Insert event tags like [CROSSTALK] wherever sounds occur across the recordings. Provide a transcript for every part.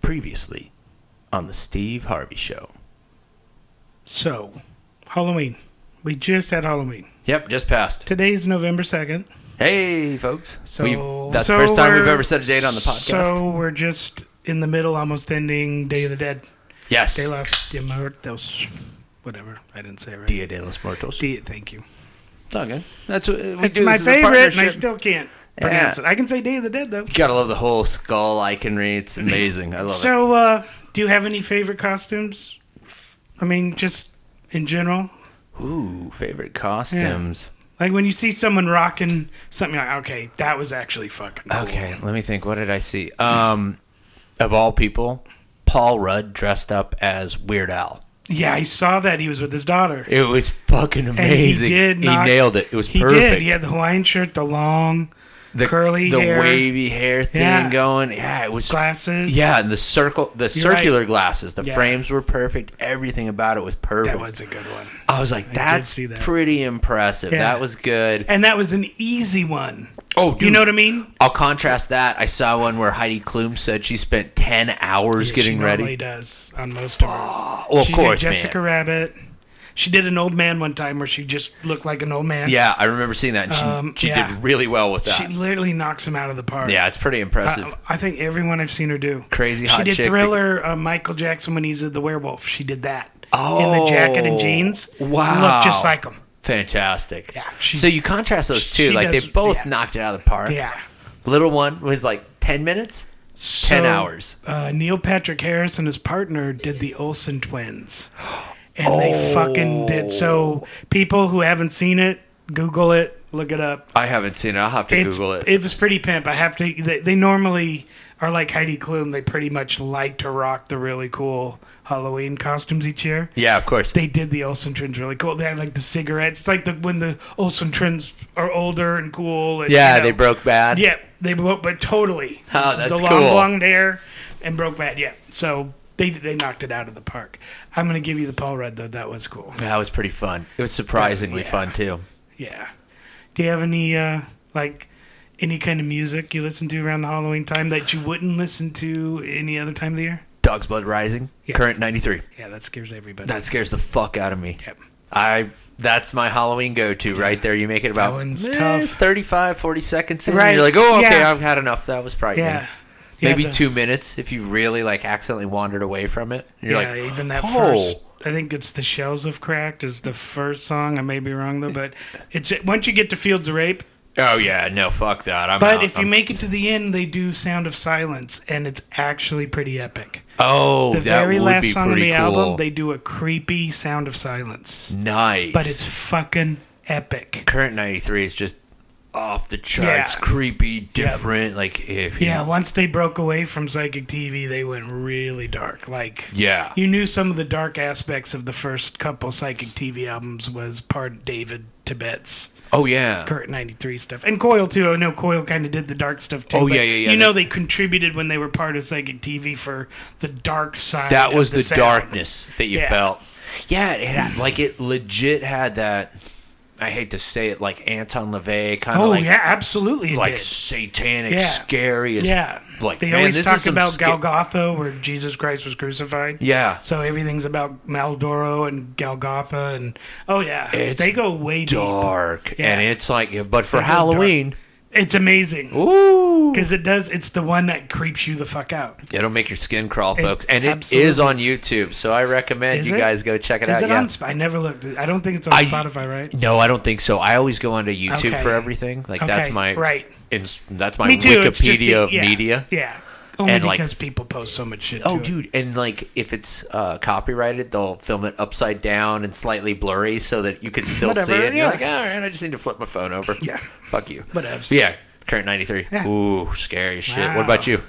Previously on the Steve Harvey Show. So, Halloween. We just had Halloween. Yep, just passed. Today's November 2nd. Hey, folks. So, We've- that's so the first time we've we're- ever set a date on the podcast. So, we're just in the middle, almost ending Day of the Dead. yes. De los de Muertos. Whatever. I didn't say it right. Dia de los Muertos. Dia- thank you. It's all good. That's what we it's do. my This is a favorite, and I partnership. still can't pronounce it. I can say Day of the Dead, though. You gotta love the whole skull iconry. It's amazing. I love it. So, uh, do you have any favorite costumes? I mean, just in general? Ooh, favorite costumes. Like when you see someone rocking something, you're like, okay, that was actually fucking cool. Okay, let me think. What did I see? Um, of all people, Paul Rudd dressed up as Weird Al. Yeah, I saw that he was with his daughter. It was fucking And amazing. he did. knock- nailed it. It was he perfect. Did. He had the Hawaiian shirt, the long the curly the hair. wavy hair thing Yeah. going. Yeah, it was glasses. Yeah, and the circle, the right. circular glasses, the Yeah. frames were perfect. Everything about it was perfect. that was a good one. I was like, that's see that. pretty impressive. Yeah. That was good. And that was an easy one. oh, dude, You know what I mean? I'll contrast that. I saw one where Heidi Klum said she spent ten hours getting she ready. Oh, normally does on most of ours. well, of she course, did man. Jessica Rabbit. She did an old man one time where she just looked like an old man. Yeah, I remember seeing that. And she Um, she yeah. did really well with that. She um, literally knocks him out of the park. yeah, it's pretty impressive. I, I think everyone I've seen her do. Crazy She hot did chick that- Thriller, uh, Michael Jackson when he's the werewolf. She did that. In Oh, the jacket and jeans. wow. Looked just like him. Fantastic. Yeah, she- so you contrast those she two, like does- they both yeah. knocked it out of the park. Yeah. Little one was like ten minutes. So, hours. Uh, Neil Patrick Harris and his partner did the Olsen twins. And Oh. they fucking did. So people who haven't seen it, Google it, look it up. I haven't seen it. I'll have to It's, Google it. was pretty pimp. I have to. They, they normally are like Heidi Klum. They pretty much like to rock the really cool Halloween costumes each year. Yeah, of course. They did the Olsen twins really cool. They had like the cigarettes. It's like the when the Olsen twins are older and cool. And, yeah, you know. they broke bad. Yeah, they broke, but totally. Oh, that's the long cool. blonde hair and broke bad. Yeah, so they they knocked it out of the park. I'm gonna give you the Paul Rudd though. That was cool. That was pretty fun. It was surprisingly Yeah. fun too. Yeah. Do you have any uh like any kind of music you listen to around the Halloween time that you wouldn't listen to any other time of the year? Dog's Blood Rising, Yeah. current 93. Yeah, that scares everybody. That scares the fuck out of me. Yep. I that's my Halloween go-to right there. You make it about That one's eh, tough. 35 40 seconds in Right. you're like, "Oh, okay, Yeah. I've had enough. That was frightening." yeah. Maybe Yeah, the- two minutes if you really like accidentally wandered away from it. You're yeah, like, even that oh, first. I think it's the shells have cracked is the first song. I may be wrong though, but it's once you get to Fields of Rape, oh yeah, no, fuck that. I'm But out. if you I'm- make it to the end, they do Sound of Silence, and it's actually pretty epic. oh, The that very would last be song on pretty the cool. album, they do a creepy Sound of Silence, nice, but it's fucking epic. current 93 is just off the charts Yeah. creepy different like if you, Yeah, once they broke away from Psychic TV, they went really dark. Like, yeah you knew some of the dark aspects of the first couple Psychic TV albums was part David Tibet's oh yeah current 93 stuff. And Coil, too. I know Coil kind of did the dark stuff, too. Oh, but yeah, yeah, yeah. You know, they contributed when they were part of Psychic TV for the dark side. that of was the, sound. darkness that you Yeah. felt yeah it [CLEARS THROAT] had, like it legit had that i hate to say it like anton levey kind of Oh like yeah, absolutely. It like did. satanic Yeah. scary as yeah, like they man, always this is talk some about sca- Golgotha, where Jesus Christ was crucified. yeah So everything's about Maldoro and Golgotha, and oh yeah, It's they go way dark Yeah. and it's like but for They go dark. halloween deep. It's amazing ooh because it does. It's the one that creeps you the fuck out. It'll make your skin crawl, folks. and it is absolutely- on YouTube, so I recommend Is you it? guys go check it Is out. it yeah. on? Sp- I never looked. I don't think it's on I- Spotify, right? No, I don't think so. I always go onto YouTube Okay. for everything. Like that's Okay, my right. Ins- that's my Me too. it's just Wikipedia the- of yeah, media. Yeah, only And, like- because people post so much shit. Oh, to it. dude, and like if it's uh, copyrighted, they'll film it upside down and slightly blurry so that you can still see Whatever, it. And You're yeah. like, all right, I just need to flip my phone over. Yeah. fuck you. Whatevs. Yeah, current ninety three. Yeah. Ooh, scary as shit. What Wow. about you?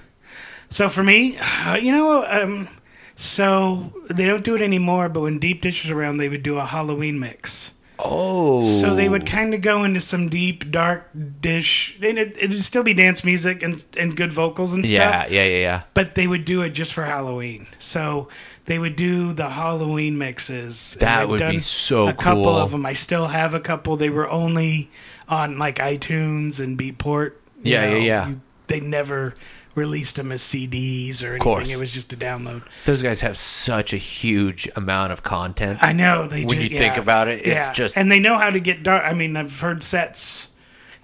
So for me, [SIGHS] you know, um, so they don't do it anymore. But when Deep Dish was around, they would do a Halloween mix. Oh, So they would kind of go into some deep, dark dish, and it, it'd still be dance music and and good vocals and stuff. Yeah, yeah, yeah, yeah. But they would do it just for Halloween. So they would do the Halloween mixes. and That I've would be done so A couple cool. of them. I still have a couple. They were only on like iTunes and Beatport. you Yeah, yeah, yeah. they never released them as CDs or course. anything. It was just a download. Those guys have such a huge amount of content. I know they. When ju- you think yeah. about it, it's yeah. just- and they know how to get dark. I mean, I've heard sets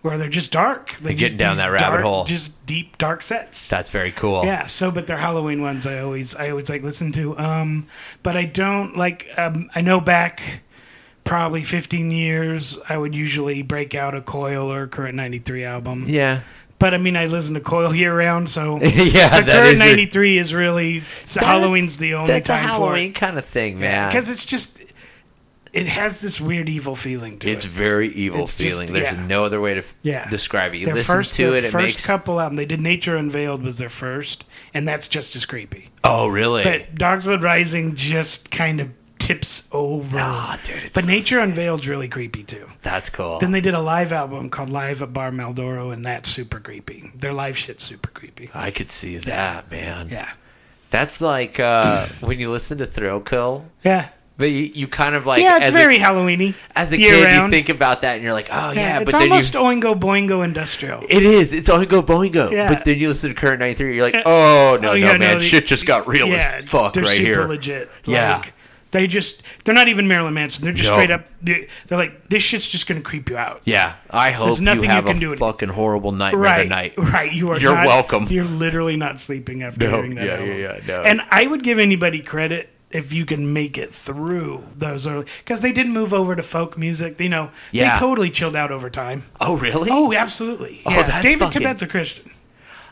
where they're just dark. They You're just getting down these that rabbit dark- hole. Just deep dark sets. That's very cool. Yeah, so but they're Halloween ones. I always I always like listen to. Um, but I don't like. Um, I know back probably 15 years, I would usually break out a Coil or Current 93 album. Yeah. [LAUGHS] But I mean, I listen to Coil year round, so yeah, [LAUGHS] that the Current is your- 93 is really it's- Halloween's the only that's time a Halloween kind of thing, for it man. because it's just it has this weird evil feeling to it's it. very evil It's just- feeling. There's yeah. no other way to f- Yeah, describe it. You Their listen first, to their it, it first makes. couple album they did. Nature Unveiled was their first, and that's just as creepy. oh, really? But Dogswood Rising just kind of tips over. Ah, dude, it's but so Nature Unveiled's really creepy too. That's cool. Then they did a live album called Live at Bar Maldoro, and that's super creepy. Their live shit's super creepy. I could see that, man. Yeah. That's like [CLEARS THROAT] uh, when you listen to Thrill Kill, Yeah. but you, you kind of like Yeah, it's as very a, Halloweeny. as a year kid round. you think about that and you're like, oh yeah, yeah, but it's then almost you. Oingo Boingo Industrial. It is. It's Oingo Boingo. Yeah. But then you listen to Current 93, you're like, oh, no, no, Oh, yeah, man. the- Shit just got real yeah, as fuck they're right super here. legit. Yeah. Like, they just, they're not even Marilyn Manson. They're just No. straight up, they're, they're like, this shit's just going to creep you out. Yeah. I hope you nothing you have can a do to- fucking horrible nightmare right, tonight. [LAUGHS] Right, you are. You're not- welcome. You're literally not sleeping after No, hearing that yeah, album. yeah, yeah, no. And I would give anybody credit if you can make it through those early because they did move over to folk music. You know, Yeah. they totally chilled out over time. Oh, really? Oh, absolutely. Oh, yeah. that's David fucking- Tibet's a Christian,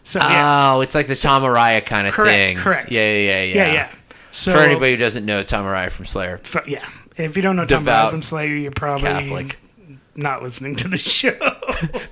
so yeah, Oh, it's like the Tom Araya kind of correct, thing. correct. Yeah, yeah, yeah. yeah, yeah. So For anybody who doesn't know Tom Araya from Slayer, so, yeah, if you don't know Tom Devout Brown from Slayer, you're probably Catholic. not listening to the [LAUGHS] show.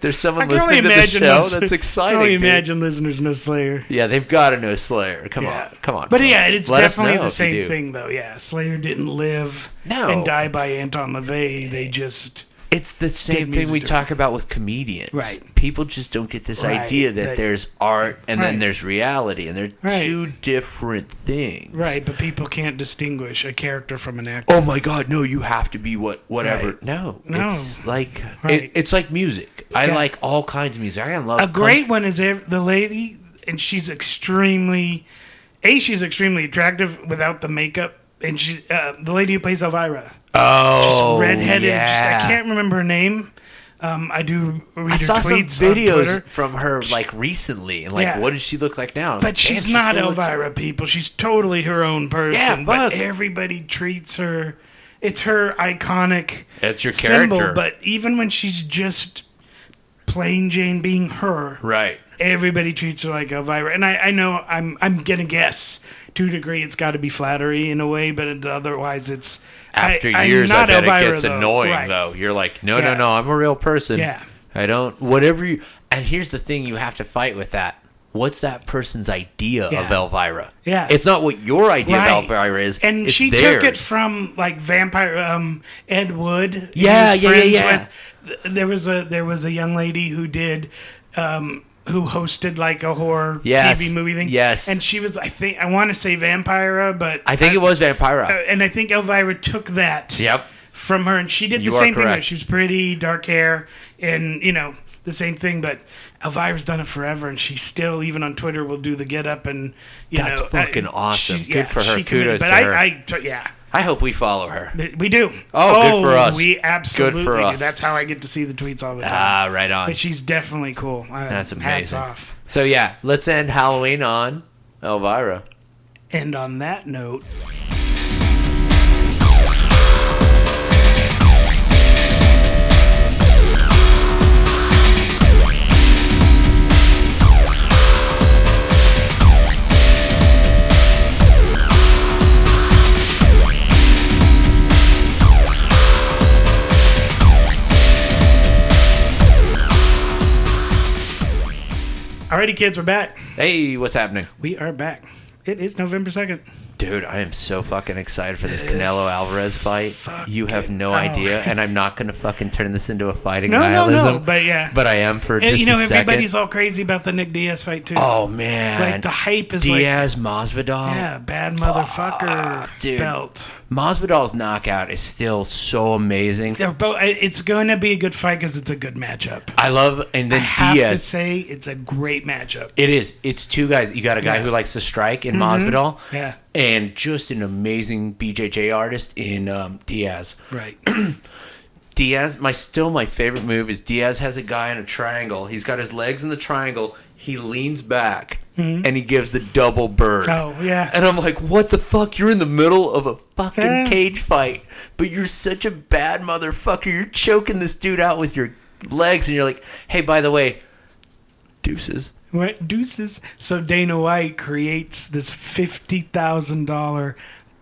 There's someone I can only listening to the imagine. show. lis- That's I exciting. can only dude. imagine listeners know Slayer. Yeah, they've got to know Slayer. Come Yeah. on, come on. But folks. yeah, it's Let us definitely know if the you same do. thing, though. Yeah, Slayer didn't live No. and die by Anton LaVey. They just It's the same thing music we director. talk about with comedians. Right. People just don't get this Right, idea that that- there's art and then Right. there's reality, and they're Right. two different things. right, but people can't distinguish a character from an actor. Oh my God! No, you have to be what whatever. Right. No, No. it's like Right. it, it's like music. I Yeah. like all kinds of music. I love a great one is ev- the lady, and she's extremely a she's extremely attractive without the makeup, and she uh, the lady who plays Elvira, oh redheaded. Yeah. Just, I can't remember her name. Um, I do read I her saw some tweets on Twitter. videos from her like recently, and like, Yeah. what does she look like now? I was like, But "Damn, she's she not still looks- Elvira, people. She's totally her own person. Yeah, but fuck. everybody treats her. It's her iconic That's your symbol. character, But even when she's just plain Jane being her, right? everybody treats her like Elvira. And I, I know I'm I'm gonna guess to a degree it's got to be flattery in a way, but it, otherwise it's After I, I'm years, I not bet Elvira, it gets though. annoying Right. though. You're like, no, Yeah. no, no, I'm a real person. Yeah. I don't. Whatever you. And here's the thing: you have to fight with that. What's that person's idea Yeah. of Elvira? Yeah. it's not what your idea Right. of Elvira is. And it's she theirs. took it from like vampire um, Ed Wood. Yeah, who's yeah, yeah, friends yeah. with- th- There was a there was a young lady who did um, who hosted like a horror Yes, TV movie thing. yes. and she was I think I want to say Vampira, but uh, I think it was Vampira. and I think Elvira took that yep. from her, and she did You the are same thing. Though. correct. She was pretty, dark hair, and you know the same thing. But Elvira's done it forever, and she still, even on Twitter, will do the get up and you That's know, fucking I- awesome. Good for her. she Kudos committed- But to I, her. I t- yeah, I hope we follow her. th- we do. Oh, good for us. We Good for absolutely do. us. That's how I get to see the tweets all the time. Ah, right on. but she's definitely cool. I- That's Hats amazing. off. So yeah, let's end Halloween on Elvira. And on that note, alrighty, kids, we're back. Hey, what's happening? We are back. It is November second. Dude, I am so fucking excited for this Canelo Alvarez fight. You have no oh. idea, and I'm not going to fucking turn this into a fighting No, no, nihilism. no, but yeah. but I am for And, just you know, a everybody's second. all crazy about the Nick Diaz fight too. Oh man, like the hype is like, Diaz Masvidal. yeah, bad motherfucker dude. belt. Masvidal's knockout is still so amazing. They're both. It's going to be a good fight because it's a good matchup. I love, and I then have to Diaz. say, it's a great matchup. It is. It's two guys. You got a guy Yeah. Mm-hmm. who likes to strike in Masvidal, Yeah. and just an amazing BJJ artist in um, Diaz. Right. [CLEARS THROAT] Diaz, my still my favorite move is Diaz has a guy in a triangle. He's got his legs in the triangle. He leans back and he gives the double bird. Mm-hmm. Oh, yeah. And I'm like, what the fuck? You're in the middle of a fucking Yeah. cage fight, but you're such a bad motherfucker. You're choking this dude out with your legs, and you're like, hey, by the way, deuces. What deuces? So Dana White creates this fifty thousand dollar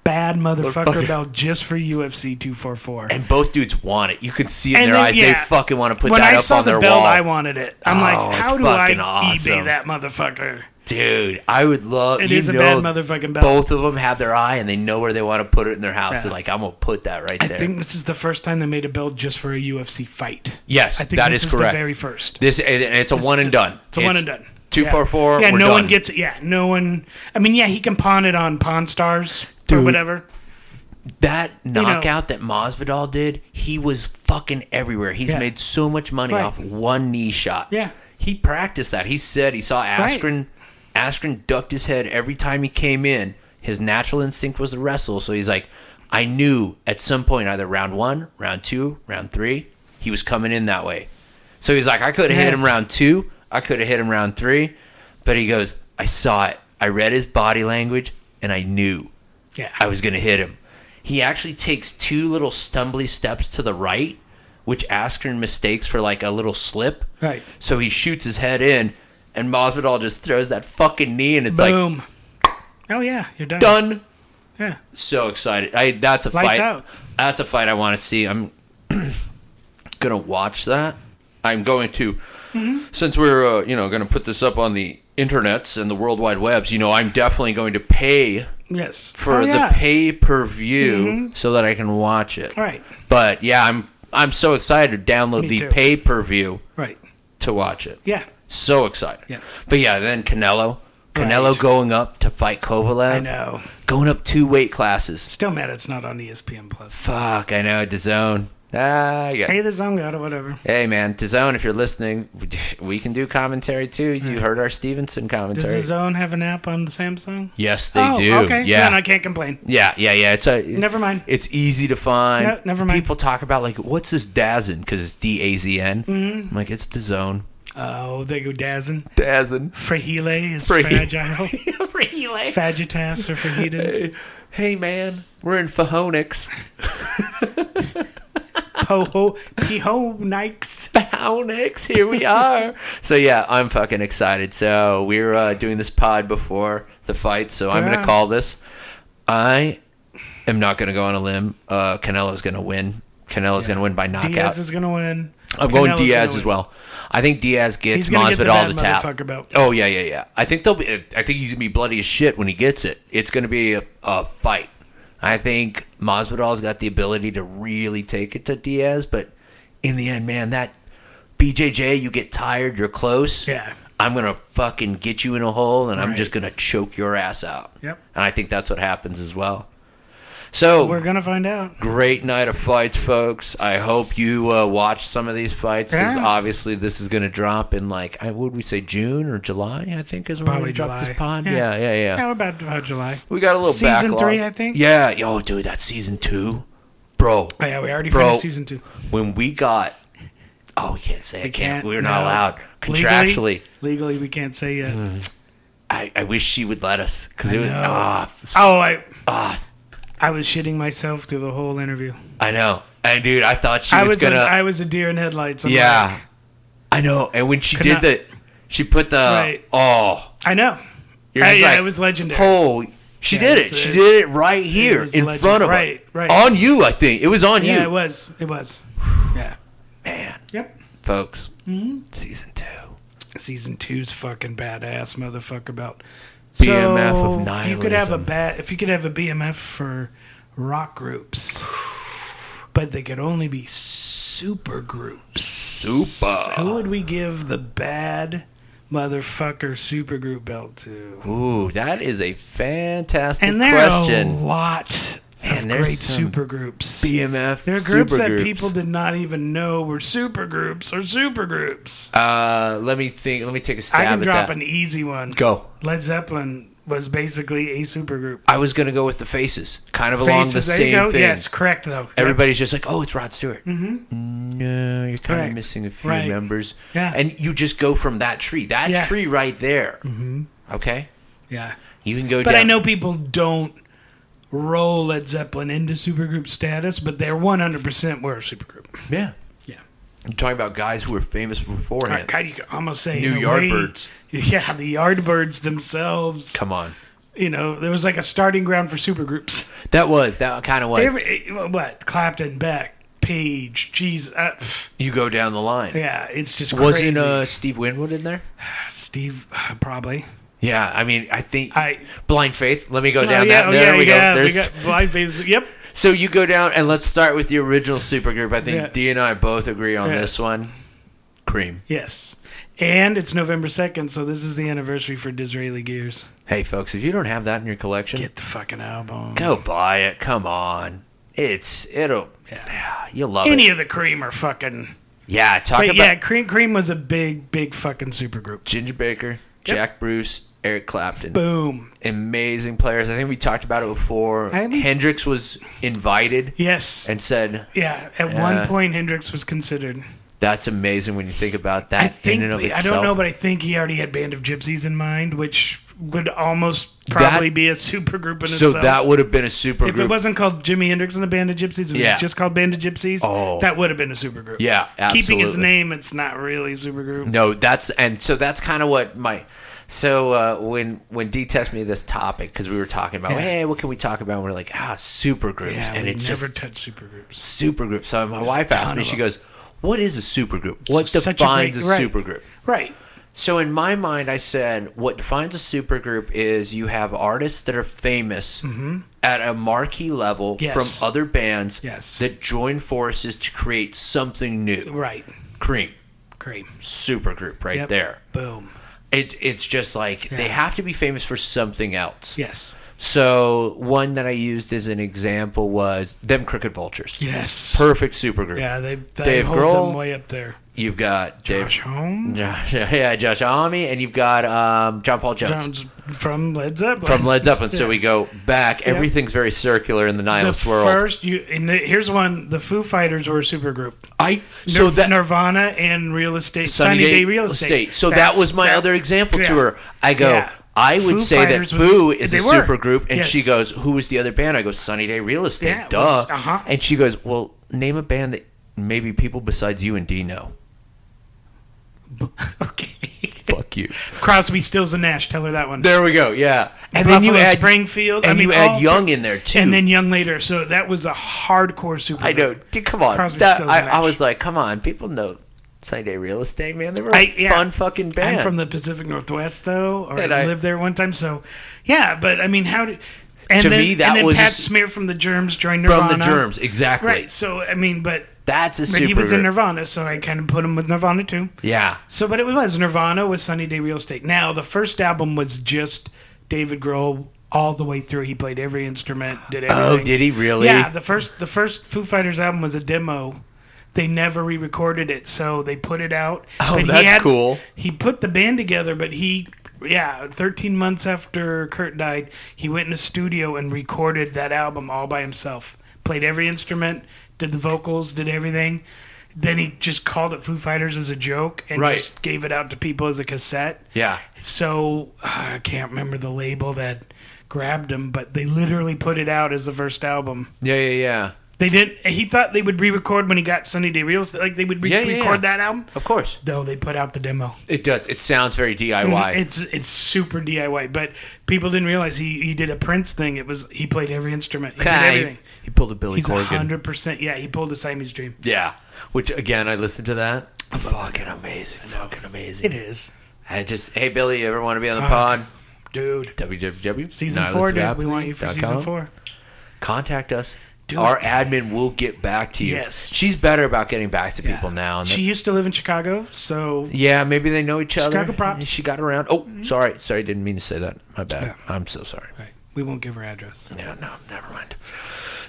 bad motherfucker Motherfucker. belt just for UFC two four four. And both dudes want it. You can see in their eyes they fucking want to put when that I up saw on the their belt, wall. I wanted it. I'm Oh, like, it's how do I fucking awesome. eBay that motherfucker? Dude, I would love. It you is a know, bad motherfucking belt. Both of them have their eye, and they know where they want to put it in their house. Yeah. They're like, I'm gonna put that right I there. think this is the first time they made a belt just for a UFC fight. yes, I think that this is is correct. the very first. this and and it's a one and done. It's a one and done. Two yeah. four four. Yeah, we're no one done. gets it. Yeah, no one. I mean, yeah, he can pawn it on Pawn Stars or Dude. whatever. that knockout that Masvidal did. He was fucking everywhere. He's Yeah. made so much money Right. off one knee shot. Yeah. he practiced that. He said he saw Right. Askren. Askren ducked his head every time he came in. His natural instinct was to wrestle, so he's like, I knew at some point, either round one, round two, round three, he was coming in that way. So he's like, I could have Yeah. hit him round two, I could have hit him round three, but he goes, I saw it. I read his body language, and I knew. Yeah. I was going to hit him. He actually takes two little stumbly steps to the right, which Askren mistakes for like a little slip. Right. So he shoots his head in, and Masvidal just throws that fucking knee, and it's like Boom. oh yeah, you're done. done. Yeah. So excited! I that's a Lights fight. out. That's a fight I want to see. I'm [CLEARS THROAT] gonna watch that. I'm going to Mm-hmm. since we're uh, you know gonna put this up on the internets and the world wide webs. You know, I'm definitely going to pay Yes. for Oh, yeah. Mm-hmm. the pay per view so that I can watch it. Right. But yeah, I'm I'm so excited to download Me the too. pay per view Right. to watch it. Yeah. So excited. Yeah. But yeah, then Canelo. Canelo Right. going up to fight Kovalev. I know. Going up two weight classes. Still mad it's not on E ESPN Plus. Fuck, I know, DAZN. Ah, yeah. Hey, Hey. the song got it. Whatever. man, DAZN, if you're listening, we- we can do commentary too. Hmm. You heard our Stevenson Does commentary. the Zone have an app on the Samsung? yes, they oh, do. Okay. Yeah. Then I can't complain. Yeah, yeah, yeah. It's a Never mind. It's easy to find. No, never mind. People talk about like, what's this Dazn? Because it's D A Z N. Mm-hmm. I'm like, it's DAZN. Oh, they go dazzin. [LAUGHS] Dazn. Frahile is Frah- fragile. really? Fajitas or fajitas. Hey man, we're in Fahonix. Poho. Piho Nikes. Fahonix, here we [LAUGHS] are. so yeah, I'm fucking excited. So we're uh, doing this pod before the fight. So I'm Yeah. gonna call this. I am not gonna go on a limb. Uh, Canelo's gonna win. Canelo's gonna win by knockout. Diaz is going to win. I'm going Canelo's Diaz gonna as win. well. I think Diaz gets He's going to get the Masvidal bad the, tap. motherfucker belt. Oh yeah, yeah, yeah. I think they'll be. I think he's gonna be bloody as shit when he gets it. It's gonna be a, a fight. I think Masvidal's got the ability to really take it to Diaz, but in the end, man, that BJJ, you get tired, you're close. Yeah. I'm gonna fucking get you in a hole, and I'm Right. just gonna choke your ass out. Yep. And I think that's what happens as well. So We're going to find out. great night of fights, folks. I hope you uh, watch some of these fights because Yeah. obviously this is going to drop in like I would we say June or July? I think is when Probably we drop this July. pod. Yeah. Yeah, yeah, yeah. How about uh, July? We got a little Season backlog. three, I think? Yeah, yo, dude, that's season two, bro. Oh, yeah, we already Bro. finished season two. When we got, oh, we can't say. I can't. can't, We're not no. allowed contractually. Mm. Legally, legally, we can't say yet. I, I wish she would let us because it was know. ah f- Oh, I, ah. I was shitting myself through the whole interview. I know. And dude, I thought she I was, was, gonna. a, I was a deer in headlights. I'm yeah, like, I know. And when she Could did not- the, she put the Right. oh. I know. You're I- just yeah, like, it was legendary. Oh, she Yeah, did it. it's- She it's- did it right here was in legend- front of right, us. right. On you, I think. It was on yeah, you. it was. It was. Yeah. Man, Yep. Mm-hmm. folks, season two. Season two's fucking badass motherfucker belt. BMF so of if you could have a nihilism. ba- if you could have a BMF for rock groups, but they could only be super groups. Super. Who would we give the bad motherfucker super group belt to? Ooh, that is a fantastic And there question. are a lot Man, of there's great some super groups. BMF. There are groups that supergroups. people did not even know were super groups or super groups. Uh, let me think. Let me take a stab I can at drop that. an easy one. Go. Led Zeppelin was basically a super group. I was gonna go with the faces, kind of along the there you same go. thing. Yes, correct though. Yep. Everybody's just like, "Oh, it's Rod Stewart." Mm-hmm. No, you're kind Right. of missing a few Right. members. Yeah. and you just go from that tree, that Yeah. tree right there. Mm-hmm. Okay, Yeah. you can go. But down. I know people don't roll Led Zeppelin into supergroup status, but they're 100% were a supergroup. Yeah, Yeah. I'm talking about guys who were famous All beforehand. right, God, you could almost say New in a way- Yardbirds. Yeah, the Yardbirds themselves. Come on, You know, there was like a starting ground for supergroups. that was that kind of was. Every, eh, what? Clapton, Beck, Page, Jeez. Uh, pff, you go down the line. yeah, it's just crazy. Wasn't uh, Steve Winwood in there? Steve, probably. Yeah, I mean, I think I- Blind Faith. Let me go down oh, yeah, that. oh, there yeah, we go. yeah, we There's, got blind faces. Yep. So you go down, and let's start with the original supergroup. I think Yeah. D and I both agree on Yeah. this one. Cream. Yes. And it's November 2nd, so this is the anniversary for Disraeli Gears. Hey, folks, if you don't have that in your collection, Get the fucking album. go buy it. Come on, it's it'll yeah, you'll love Any it. of the Cream are fucking. Yeah, talk But about yeah, Cream Cream was a big, big fucking supergroup. Ginger Baker, Jack Bruce, Eric Clapton. Boom. Amazing players. I think we talked about it before. I haven't- Hendrix was invited Yes. and said, yeah. At Yeah. one point, Hendrix was considered. "That's amazing." When you think about that, I think. in and of I itself. don't know, but I think he already had Band of Gypsies in mind, which would almost probably be a supergroup in so itself. that would have been a super if group. it wasn't called Jimi Hendrix and the Band of Gypsies, it was Yeah. just called Band of Gypsies. Oh. That would have been a supergroup. yeah, absolutely. Keeping his name, it's not really a supergroup. No, that's and so that's kind of what my so uh, when when D test me this topic because we were talking about Yeah. hey what can we talk about and we're like ah super groups Yeah, and we it's never just touch supergroups. super groups. So my wife ton asked me, of she them. goes, "What is a super group? What such a great- defines a, supergroup?" right. Right. So in my mind, I said what defines a supergroup is you have artists that are famous at a marquee level Mm-hmm. Yes. from other bands Yes. that join forces to create something new. Right. Cream Great. supergroup right Yep. there. Boom. It, it's just like they have to be famous for something else. Yes. So one that I used as an example was them Crooked Vultures. Yes. Perfect supergroup. yeah, they, they Dave hold Grohl. them way up there. You've got Dave, Josh Holmes Josh, [LAUGHS] yeah, Josh Homme, and you've got um, John Paul Jones Jones from Led Zeppelin. from Led Zeppelin. So we go back. Everything's very circular in the the nihilist world. first you and the, here's one the Foo Fighters were a supergroup. I So so that Nirvana and real estate Sunny, Day, real estate. So That's- that was my that- other example to yeah. her. I go. Yeah. I would Foo say Fighters that was- Foo is a they were. super group, and she Yes. goes, "Who was the other band?" I go, "Sunny Day Real Estate." Yeah, it duh. was- uh-huh. And she goes, "Well, name a band that maybe people besides you and D [LAUGHS] know." [LAUGHS] Okay. Fuck you. Crosby, Stills, and Nash. Tell her that one. There we go. Yeah, and Buffalo Springfield, I and mean, you add all- Young in there too. and then Young later. So that was a hardcore supergroup. I know. Dude, come on. Crosby, That- Stills, I, and I Nash. was like, come on. People know Sunny Day Real Estate, man. They were a I- yeah. fun fucking band. I'm from the Pacific Northwest, though, or And I I- lived there one time. So, yeah, but I mean, how do? And To then, me, that and then was Pat just- Smear from the Germs joined From Nirvana. the Germs, exactly. right? So, I mean, but That's a but super. he was in group. Nirvana, so I kind of put him with Nirvana too. Yeah. So, but it was Nirvana with Sunny Day Real Estate. Now, the first album was just David Grohl all the way through. He played every instrument, did everything. Oh, did he really? Yeah, the first the first Foo Fighters album was a demo. They never re-recorded it, so they put it out. Oh, he that's cool. He put the band together, but he yeah, 13 months after Kurt died, he went in a studio and recorded that album all by himself. Played every instrument, did the vocals, did everything. Then he just called it Foo Fighters as a joke and Right. just gave it out to people as a cassette. Yeah. So uh, I can't remember the label that grabbed him, but they literally put it out as the first album. Yeah, yeah, yeah. They didn't. He thought they would re-record when he got Sunny Day Real Estate. Like they would re- Yeah, yeah, record yeah. that album. Of course. Though they put out the demo. It does. It sounds very DIY. It's it's super DIY, but people didn't realize he, he did a Prince thing. It was he played every instrument. He did Ah, he- everything. He pulled a Billy He's Corgan. hundred percent. Yeah, he pulled a Siamese dream. Yeah. Which again, I listened to that. Fucking amazing. Fucking amazing. It is. I just, hey Billy, you ever want to be on the Fuck. pod? dude. www. Season four, dude. We want you for season four. Contact us. Do Our it. admin will get back to you. Yes. She's better about getting back to people now. and She used to live in Chicago, so Yeah, maybe they know each other. Chicago props. Mm-hmm. She got around. Oh, sorry, sorry, didn't mean to say that. My bad. I'm so sorry. we won't give her address. Yeah, no, never mind.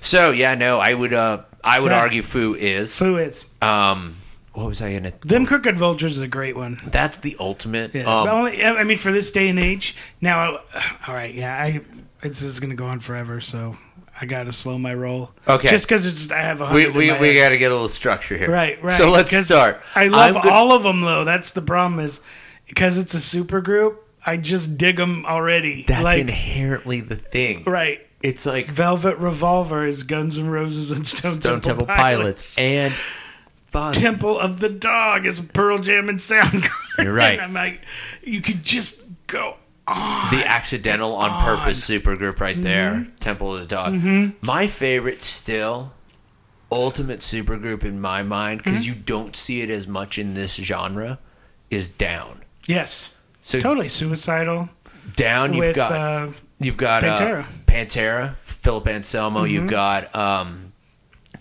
So yeah, no, I would, uh, I would Yeah. argue Fu is. Foo is. Um, what was I in it? Them Crooked Vultures is a great one. That's the ultimate. Yeah. um, But only, I mean, for this day and age, now, all right, yeah, I, it's, this is going to go on forever, so I got to slow my roll. Okay. Just because I have a we hundred. we, in my we head. got to get a little structure here. Right, right. So let's 'Cause start. I love I'm good- all of them, though. That's the problem, is because it's a super group, I just dig them already. That's like, inherently the thing. Right. It's like Velvet Revolver is Guns N' Roses and Stone, Stone Temple, Pilots, and fun. Temple of the Dog is Pearl Jam and Soundgarden. You're right. [LAUGHS] I'm like, you could just go the accidental on Oh, purpose supergroup Mm-hmm. right there, Temple of the Dog. My favorite still, ultimate supergroup in my mind Mm-hmm. because you don't see it as much in this genre, is Down. Yes. So Totally suicidal Down, you've with got uh, you've got Pantera, uh, Pantera. Mm-hmm. Pantera Philip Anselmo. You've got um,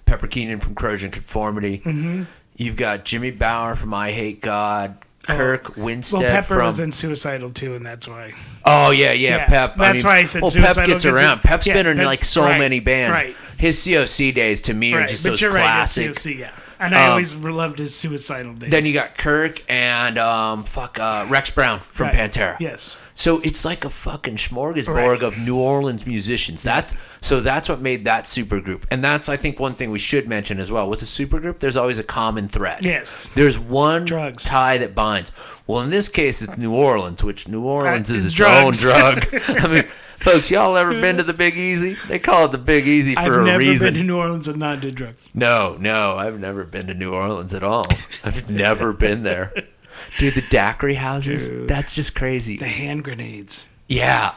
Pepper Keenan from Corrosion Conformity. Mm-hmm. You've got Jimmy Bauer from I Hate God. Kirk Winstead Oh. well, Pepper from was in suicidal too, and that's why. Oh yeah, yeah, Yeah, Pep. that's why I said Well, Pep suicidal gets because around. it- Pep's yeah, been in Pep's- like so right, many bands. right. His COC days to me are Right, just but those you're classic. right. It's COC, yeah, and I Um, always loved his suicidal days. Then you got Kirk and um, fuck uh, Rex Brown from Right. Pantera. Yes. So it's like a fucking smorgasbord Right. of New Orleans musicians. That's so that's what made that supergroup. And that's I think one thing we should mention as well. With a supergroup, there's always a common thread. Yes. There's one Drugs. tie that binds. Well, in this case, it's New Orleans, which New Orleans Uh, is its drugs. own drug. [LAUGHS] I mean, folks, y'all ever been to the Big Easy? They call it the Big Easy for I've a never reason. been to New Orleans and not did drugs. no, no, I've never been to New Orleans at all. I've never been there. Dude, the daiquiri houses, that's just crazy. The hand grenades. Yeah.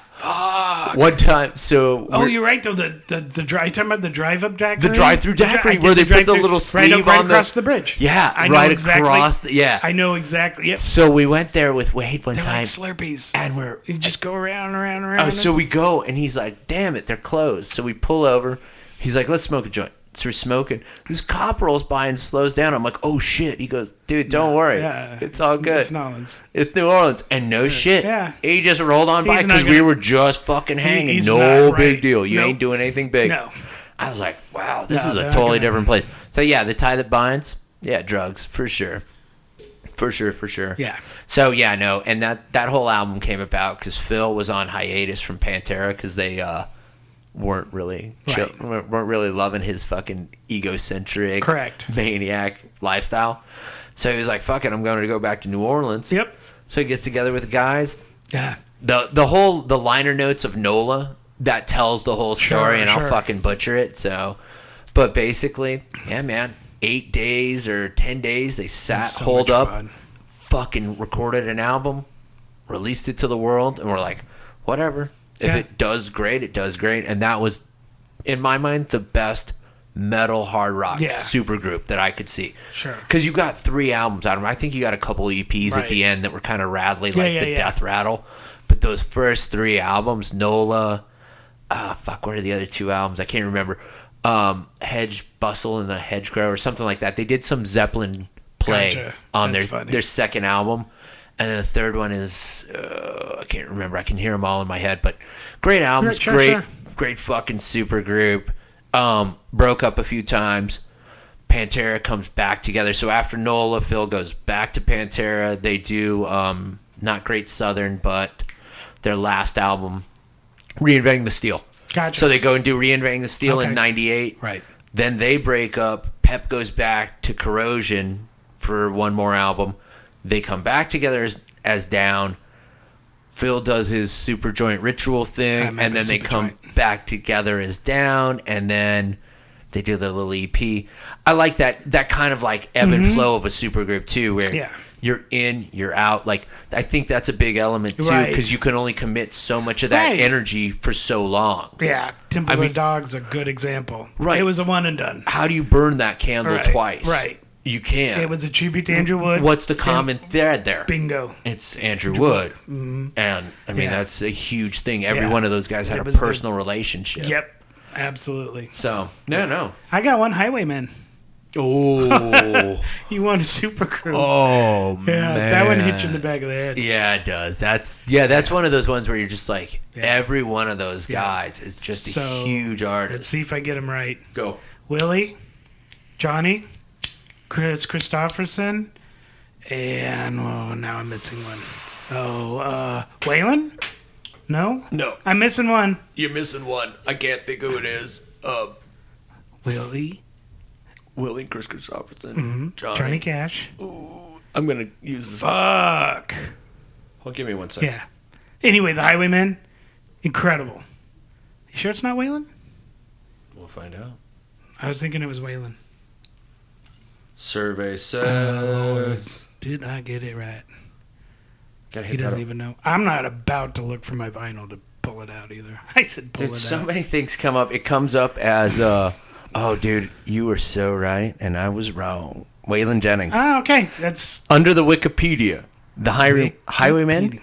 One time, so Oh, we're- you're right though. The the the dry time about the drive up daiquiri. the drive-through The dri- I daiquiri did where they put the drive-thru- little sleeve right, up- right on the- across the bridge. yeah, I know right exactly- across. The, yeah. I know exactly. Yep. so we went there with Wade one They're time, like Slurpees, and we're you just go around, around, around. Oh, so we go, and he's like, "Damn it, they're closed." So we pull over. He's like, "Let's smoke a joint." So we're smoking. This cop rolls by and slows down. I'm like, "Oh shit!" He goes, "Dude, don't worry. yeah, it's, all good. It's, It's New Orleans. New Orleans, and no shit. yeah. he just rolled on by He's not because we gonna- were just fucking hanging. he's No not big right. deal. You Nope. ain't doing anything big. No. I was like, wow, this No, is they're a not totally gonna- different place. So yeah, the tie that binds. Yeah, drugs for sure, for sure, for sure. Yeah. So yeah, no, and that that whole album came about because Phil was on hiatus from Pantera because they uh, weren't really chill, Right. weren't weren't really loving his fucking egocentric, Correct. maniac lifestyle. So he was like, "Fuck it, I'm going to go back to New Orleans." Yep. So he gets together with the guys. Yeah. the The whole the liner notes of Nola that tells the whole story, and I'll sure. fucking butcher it. So, but basically, yeah, man, eight days or ten days they sat, so holed much up fun. fucking recorded an album, released it to the world, and we're like, whatever. If Yeah. it does great, it does great. And that was, in my mind, the best metal hard rock Yeah. supergroup that I could see. Sure. Because you got three albums out of them. I think you got a couple EPs at Right. the end that were kind of rattly, like yeah, the yeah. Death Rattle. But those first three albums, Nola, ah, fuck, what are the other two albums? I can't remember. Um, Hedge Bustle and the Hedgerow or something like that. They did some Zeppelin play Gotcha. on That's their funny. their second album, and then the third one is uh, I can't remember. I can hear them all in my head, but great albums, sure, great, sure. great fucking super group. Um, broke up a few times. Pantera comes back together. So after Nola, Phil goes back to Pantera. They do um, not Great Southern, but their last album, Reinventing the Steel. Gotcha. So they go and do Reinventing the Steel in Okay. '98. Right. Then they break up. Pep goes back to Corrosion for one more album. They come back together as, as Down. Phil does his super joint ritual I thing, remember and then they Superjoint. come back together as Down, and then they do their little EP. I like that that kind of like ebb and flow of a supergroup too, where Mm-hmm. Yeah. you're in, you're out. Like I think that's a big element too, because Right. you can only commit so much of that Right. energy for so long. Yeah. Temple I of mean- the Dog's a good example. Right. It was a one and done. how do you burn that candle Right, twice? right. You can't. It was a tribute to Andrew Wood. What's the common thread there? Bingo. Mm-hmm. It's Andrew Wood. And I mean, Yeah. that's a huge thing. Every Yeah. one of those guys had It a was the- personal relationship. Yep. Absolutely. So, no, no. I got one Highwayman. [LAUGHS] Oh, He won a Super Crew. oh, yeah, man. that one hit you in the back of the head. Yeah, it does. That's yeah, that's one of those ones where you're just like every one of those guys is just So, a huge Let's artist. see if I get him right. Go. Willie, Johnny, Chris Christopherson, and oh, now I'm missing one. Oh, uh, Waylon? No, No, I'm missing one. you're missing one. I can't think who it is. Uh, Willie, Willie Chris Christopherson, Johnny. Mm-hmm. Johnny Cash. I'm gonna use this. Fuck. Well, give me one second. Yeah. Anyway, the Highwaymen, incredible. You sure it's not Waylon? We'll find out. I was thinking it was Waylon. Uh, Survey says. Did I get it right? Gotta He hit doesn't that. even know. I'm not about to look for my vinyl to pull it out either. [LAUGHS] I said pull Dude, it so out. many things come up. It comes up as, uh, oh, dude, you were so right and I was wrong. Waylon Jennings. Ah, okay. That's Under the Wikipedia, the highway, Highwaymen, Wikipedia.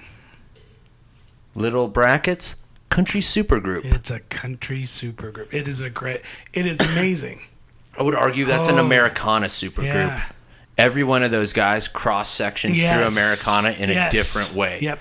little brackets, country supergroup. It's a country supergroup. It is a great. It is [LAUGHS] amazing. I would argue that's an Oh. Americana supergroup. Yeah. Every one of those guys cross sections Yes. through Americana in Yes. a different way. Yep.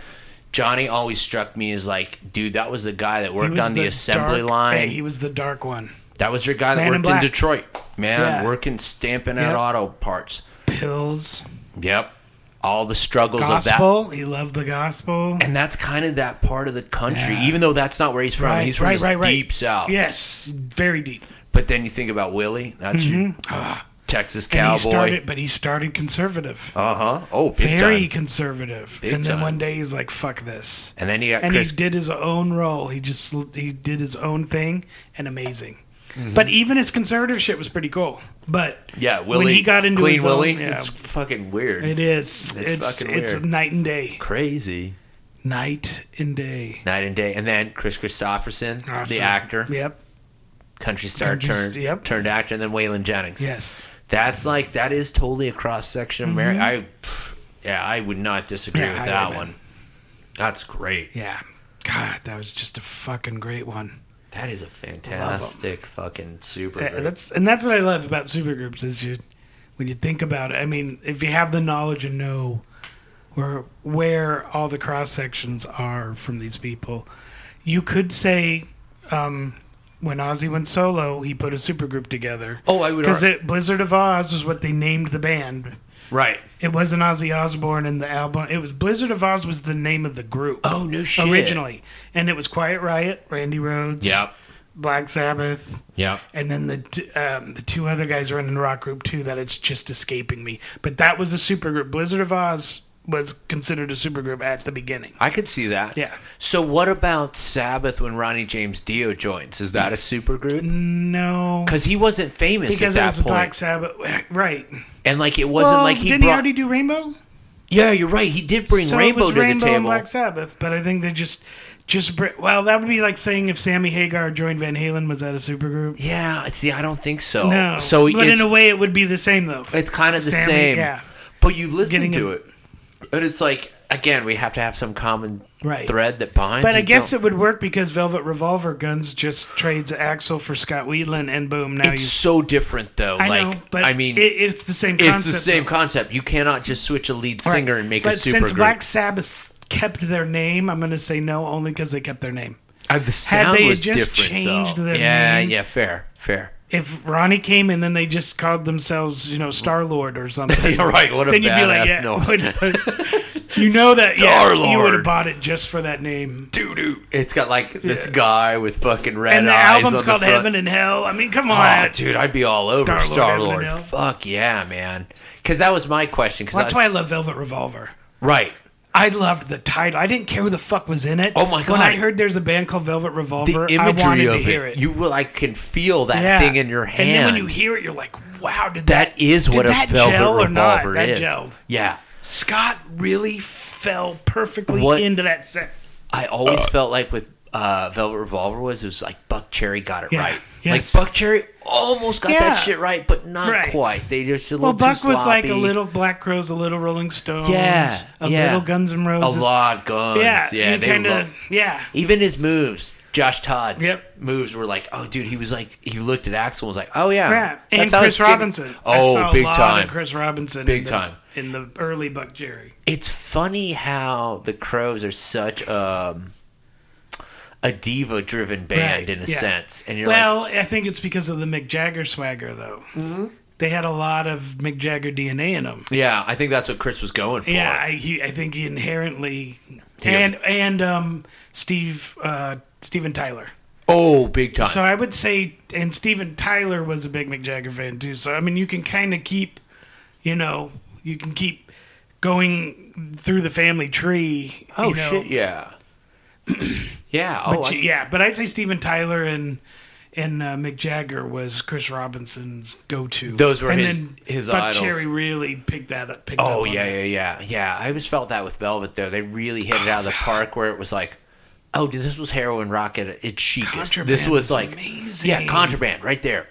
Johnny always struck me as like, dude, that was the guy that He worked was on the, assembly dark- line. Hey, he was the dark one. That was your guy that Man in worked in, Black. Detroit. Man, Yeah. working stamping out Yep. auto parts. Pills, Yep. All the struggles of that. gospel. He loved the gospel. And that's kind of that part of the country, Yeah. even though that's not where he's from. Right, he's from right, his right, right. deep south. Yes, very deep. But then you think about Willie. That's your Texas Mm-hmm. Ah. And cowboy. he started, but he started conservative. uh huh. Oh, big Very time. conservative. Big and then time. one day he's like, "Fuck this," And then you got and Chris. he did his own role. He just he did his own thing, and amazing. But even his conservative shit was pretty cool. But Mm-hmm. yeah, Willie. when he got into Clean his own- Willie. yeah. It's fucking weird. It is. It's it's, fucking weird. night and day. Crazy. Night and day. Night and day. And then Chris Christopherson, Awesome. the actor, Yep. country star Country- turned yep. turned actor, and then Waylon Jennings. Yes. That's like that is totally a cross section of Mary. I, pff, yeah, I would not disagree Mm-hmm. Yeah, with I that would, man. one. That's great. Yeah. God, that was just a fucking great one. That is a fantastic fucking super. Yeah, group. That's and that's what I love about supergroups is you, when you think about it. I mean, if you have the knowledge and know where where all the cross sections are from these people, you could say um, when Ozzy went solo, he put a supergroup together oh, I would because ar- it Blizzard of Oz was what they named the band right. It wasn't Ozzy Osbourne in the album. It was Blizzard of Oz was the name of the group. Oh no shit. originally, and it was Quiet Riot, Randy Rhodes, Yep. Black Sabbath, Yep. and then the t- um, the two other guys were in the rock group too. That it's just escaping me. But that was a supergroup. Blizzard of Oz was considered a supergroup at the beginning. I could see that. Yeah. So what about Sabbath when Ronnie James Dio joins? Is that a super group? No, Because he wasn't famous Mm. because it at was that point, Black Sabbath, right? and like it wasn't like he did brought. he already do Rainbow? yeah, you're right. He did bring So it Rainbow was to the Rainbow And table. Black Sabbath, but I think they just just br- well, that would be like saying if Sammy Hagar joined Van Halen, was that a supergroup? yeah. See, I don't think so. No. So but it's, in a way, it would be the same though. It's kind of the Sammy, same. yeah. But you listen Getting to a- it. And it's like, again, we have to have some common Right. thread that binds. But I You guess don't- it would work because Velvet Revolver Guns just trades Axel for Scott Wheatland, and boom, now it's you. so different, though. I like, know, but I mean, it, it's the same. it's concept, the same though. concept. You cannot just switch a lead Right. singer and make but a super since group. Black Sabbath kept their name, I'm going to say no, only because they kept their name. Uh, the sound they was just different, changed though. their yeah, name- yeah, fair, fair. If Ronnie came and then they just called themselves, you know, Star [LAUGHS] Lord or something. You're right. What a then you'd be badass like, yeah, no. [LAUGHS] what- you know that yeah, you Star-Lord. would have bought it just for that name. Doo doo. It's got like this guy with fucking red And the eyes. on album's the called front. Heaven and Hell. I mean, come on, Oh, dude, I'd be all over Star-Lord, Star Evan Lord. and Hill. Fuck yeah, man. Because that was my question. Because Well, that's why I love Velvet Revolver. right. I loved the title. I didn't care who the fuck was in it. Oh, my When God. I heard there's a band called Velvet Revolver, the I imagery wanted of to hear it. it. You will. I can feel that Yeah. thing in your hand. And then when you hear it, you're like, wow, did that, that is what Did that a velvet gel or not? revolver That is. gelled. Yeah, Scott really fell perfectly What- into that set. I always felt like with uh, Velvet Revolver was, it was like Buck Cherry got it Yeah. right. Yes. Like Buck Cherry almost got Yeah. that shit right, but not Right. quite. They just a little Well, Buck too was like a sloppy. little Black Crowes, a little Rolling Stones, Yeah, a yeah. little Guns N' a Roses, lot of guns. Yeah, Yeah, you they kinda- love- yeah. even his moves, Josh Todd's Yep. moves were like, oh, dude, he was like, he looked at Axel and was like, oh, yeah. Yeah, and how Chris it's getting- Robinson. I saw Oh, a big lot time. Of Chris Robinson, Big in the, time. in the early Buck Jerry. it's funny how the Crows are such um, a diva driven band Right, in a yeah. sense. And you're like, Well, I think it's because of the Mick Jagger swagger, though. Mm-hmm. They had a lot of Mick Jagger DNA in them. yeah, I think that's what Chris was going for. Yeah, I, he, I think he inherently was- and and um, Steve uh, Steven Tyler. Oh, big time. So I would say, and Steven Tyler was a big Mick Jagger fan too. So I mean, you can kind of keep, you know, you can keep going through the family tree. oh, you know, shit, yeah. [CLEARS THROAT] yeah. Oh, But I- you- yeah, but I'd say Steven Tyler and and uh, Mick Jagger was Chris Robinson's go-to. Those were and his- his Buck idols. Cherry really picked that up. Picked up Oh on yeah, that. yeah, yeah, yeah. I always felt that with Velvet though. They really Oh, hit it out of the park where it was like, oh, dude, this was heroin rocket. It's chicest. Contraband This was is like, amazing. yeah, contraband right there.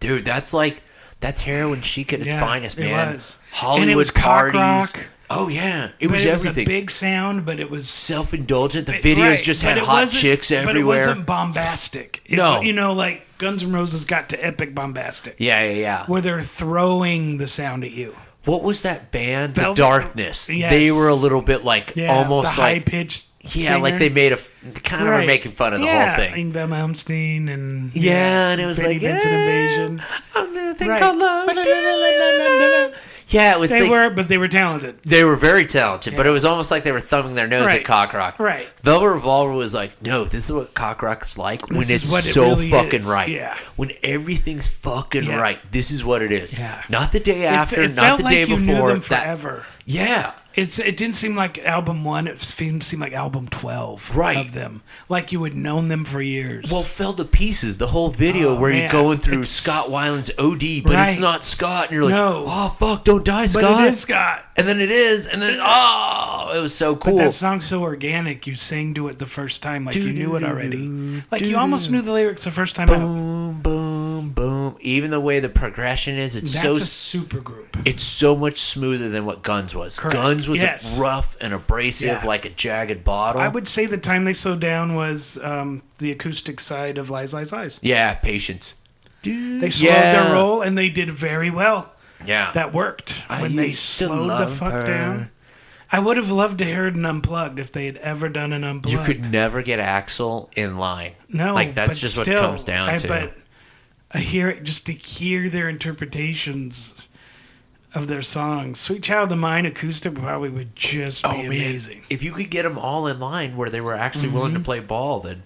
Dude, that's like that's heroin chic at its Yeah, finest, it man. was. Hollywood And it was cock parties. rock. Oh yeah, it But was it was everything. a big sound, but it was Self indulgent. The videos Right, just but had it hot wasn't- chicks But it everywhere. wasn't bombastic. It- No. you know, like Guns N' Roses got to epic bombastic, yeah, yeah, yeah. where they're throwing the sound at you. What was that band? Velvet- the Darkness. Yes. They were a little bit like Yeah, almost the like high pitched. yeah, like they made a kind of were making fun of the whole thing. Ingvar Malmsteen and Yeah, and it was Benny like eh. Vincent yeah, Invasion. I'm doing a thing Right. called [LAUGHS] love. Yeah, it was. They They were. were, but they were talented. They were very talented, but it was almost like they were thumbing their nose Right. at cock rock. Right. Velvet Revolver was like, no, this is what cock rock's like when This is it's what it so really fucking is. right. Yeah. When everything's fucking Yeah. right. This is what it is. Yeah. Not the day It- after. it, not felt the like day you before. Knew them that- forever. yeah. It's it didn't seem like album one. It seemed, seemed like album twelve Right. of them. Like you had known them for years. Well, fell to pieces. The whole video Oh, where man. you're going through It's- Scott Weiland's OD, but Right. it's not Scott, and you're like, No. oh fuck, don't die, but Scott. it is Scott. and then it is, and then oh, it was so cool. That song's so organic. You sang to it the first time, like you knew it already. Like you almost knew the lyrics the first time out. boom, boom, boom. Even the way the progression is, it's That's so a super group. it's so much smoother than what Guns was. Correct. Guns was Yes. rough and abrasive, Yeah. like a jagged bottle. I would say the time they slowed down was um, the acoustic side of Lies, Lies, Lies. yeah, patience. Dude, They slowed yeah. their roll and they did very well. Yeah, That worked I when they used to slowed the love fuck her. down. I would have loved to hear an unplugged if they had ever done an unplugged. you could never get Axel in line. no, like but that's just still, what it comes down I, to. But I hear it just to hear their interpretations of their songs. "Sweet Child of Mine" acoustic probably would just Oh, be amazing. Mm-hmm. If you could get them all in line where they were actually willing to play ball, then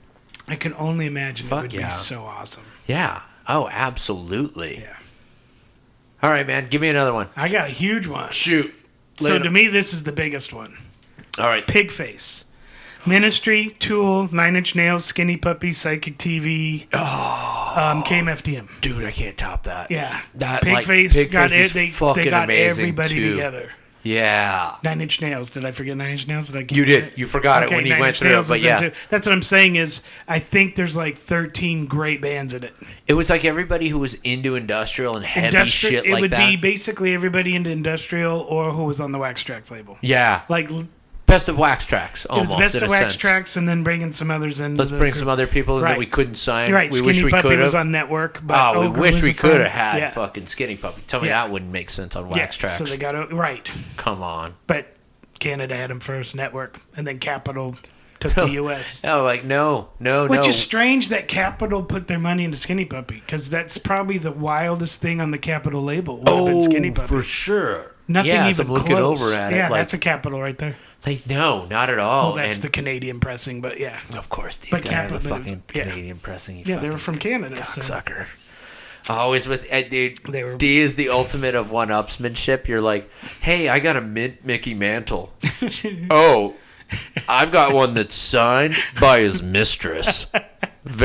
I can only imagine it Fuck would yeah. be so awesome. yeah. Oh, absolutely. Yeah. All right, man. Give me another one. I got a huge one. Shoot. So Later. to me, this is the biggest one. all right. Pigface, Ministry, Tool, Nine Inch Nails, Skinny Puppy, Psychic TV, um, KMFDM. Oh, Dude, I can't top that. Yeah, That, like, Pigface Pigface got is it. They, fucking they got amazing, everybody too. together. Yeah. Nine Inch Nails. Did I forget Nine Inch Nails? Did I get You it? did. You forgot it when you Nine went Inch through it, Nails but is in yeah. too. that's what I'm saying is I think there's like 13 great bands in it. It was like everybody who was into industrial and heavy Industri- shit it like would that. be basically everybody into industrial or who was on the Wax Tracks label. yeah. Like l- Best of wax tracks, it was almost. best in of a Wax sense. Tracks and then bringing some others in. Let's bring some other people in Right. that we couldn't sign. You're right. we Skinny wish we Puppy could was have. on network, but Oh, we Ogre wish was we a could friend. have had yeah. fucking skinny puppy. Tell me Yeah. that wouldn't make sense on Yeah, wax tracks. So they got o- right, Come on. but Canada had them first, network, and then Capital [LAUGHS] took the U.S. Oh, like no, no, Which no. is strange that Capital put their money into Skinny Puppy because that's probably the wildest thing on the Capital label. would have been oh, Skinny Puppy. for sure. Nothing yeah, even so I'm looking close. over at it. yeah, like, that's a Capital right there. they- no, not at all. Well, that's and the Canadian pressing, but yeah, Of course, these But guys have the Kaplan moved- fucking yeah. Canadian pressing. You yeah, they fucking were from Canada. So. cocksucker. Always with eh, dude. They were- D is the ultimate of one-upsmanship. You're like, hey, I got a mint Mickey [LAUGHS] Mantle. oh, I've got one that's signed by his mistress,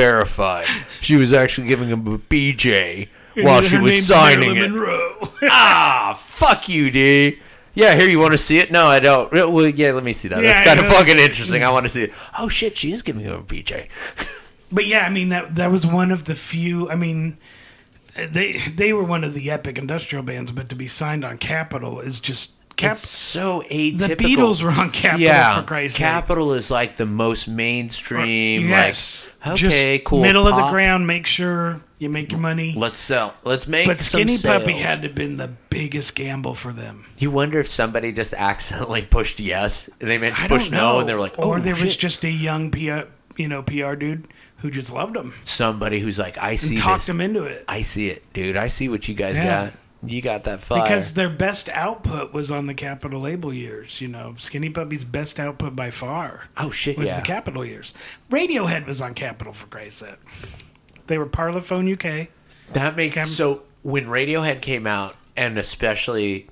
verified. She was actually giving him a BJ while she Her was name's signing Marilyn it. Monroe. Ah, fuck you, D. Yeah, here you want to see it? No, I don't. Yeah, Well, yeah, let me see that. Yeah, That's kind of yeah, that's- fucking interesting. I want to see it. Oh shit, she is giving him a BJ. [LAUGHS] But yeah, I mean that that was one of the few. I mean, they they were one of the epic industrial bands, but to be signed on Capitol is just Cap. It's so The atypical. Beatles were on Capitol yeah, for Christ's sake. Capital is like the most mainstream. Yes. Like, Just okay, cool. Middle of the pop. ground. Make sure you make your money. Let's sell. Let's make. but some Skinny Puppy sales. had to have been the biggest gamble for them. You wonder if somebody just accidentally [LAUGHS] pushed yes and they meant to I push don't know. no, and they were like, oh, or there was shit. just a young PR, you know, PR dude who just loved them, somebody who's like, I see talked this. them into it. I see it, dude. I see what you guys Yeah. got. You got that fire. Because their best output was on the Capitol label years. You know, Skinny Puppy's best output by far oh shit, was yeah. the Capitol years. Radiohead was on Capitol for Christ's sake. They were Parlophone UK. that makes Cam- so when Radiohead came out, and especially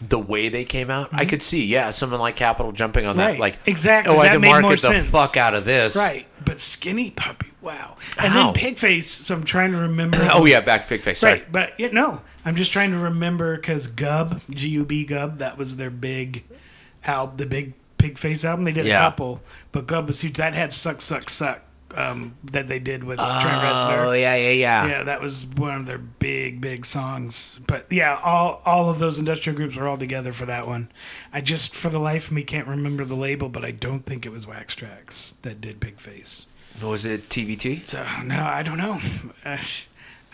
the way they came out, I could see, yeah, someone like Capital jumping on Mm-hmm. Right. that, like Exactly. Oh, I That can made market more the sense. fuck out of this, Right. But Skinny Puppy, wow. And How? then Pigface, so I'm trying to remember. [CLEARS THROAT] [CLEARS THROAT] Oh yeah, back to Pigface. Sorry, Right, but yeah, no, I'm just trying to remember because Gub, G U B Gub, that was their big album, the big pig face album. They did Yeah. a couple, but Gub was huge. That had Suck, Suck, Suck um, that they did with Trent oh Reznor. yeah, yeah, yeah, Yeah, that was one of their big, big songs. But yeah, all all of those industrial groups were all together for that one. I just, for the life of me, can't remember the label, but I don't think it was Wax Trax that did Pig Face. Was it TVT? So no, I don't know.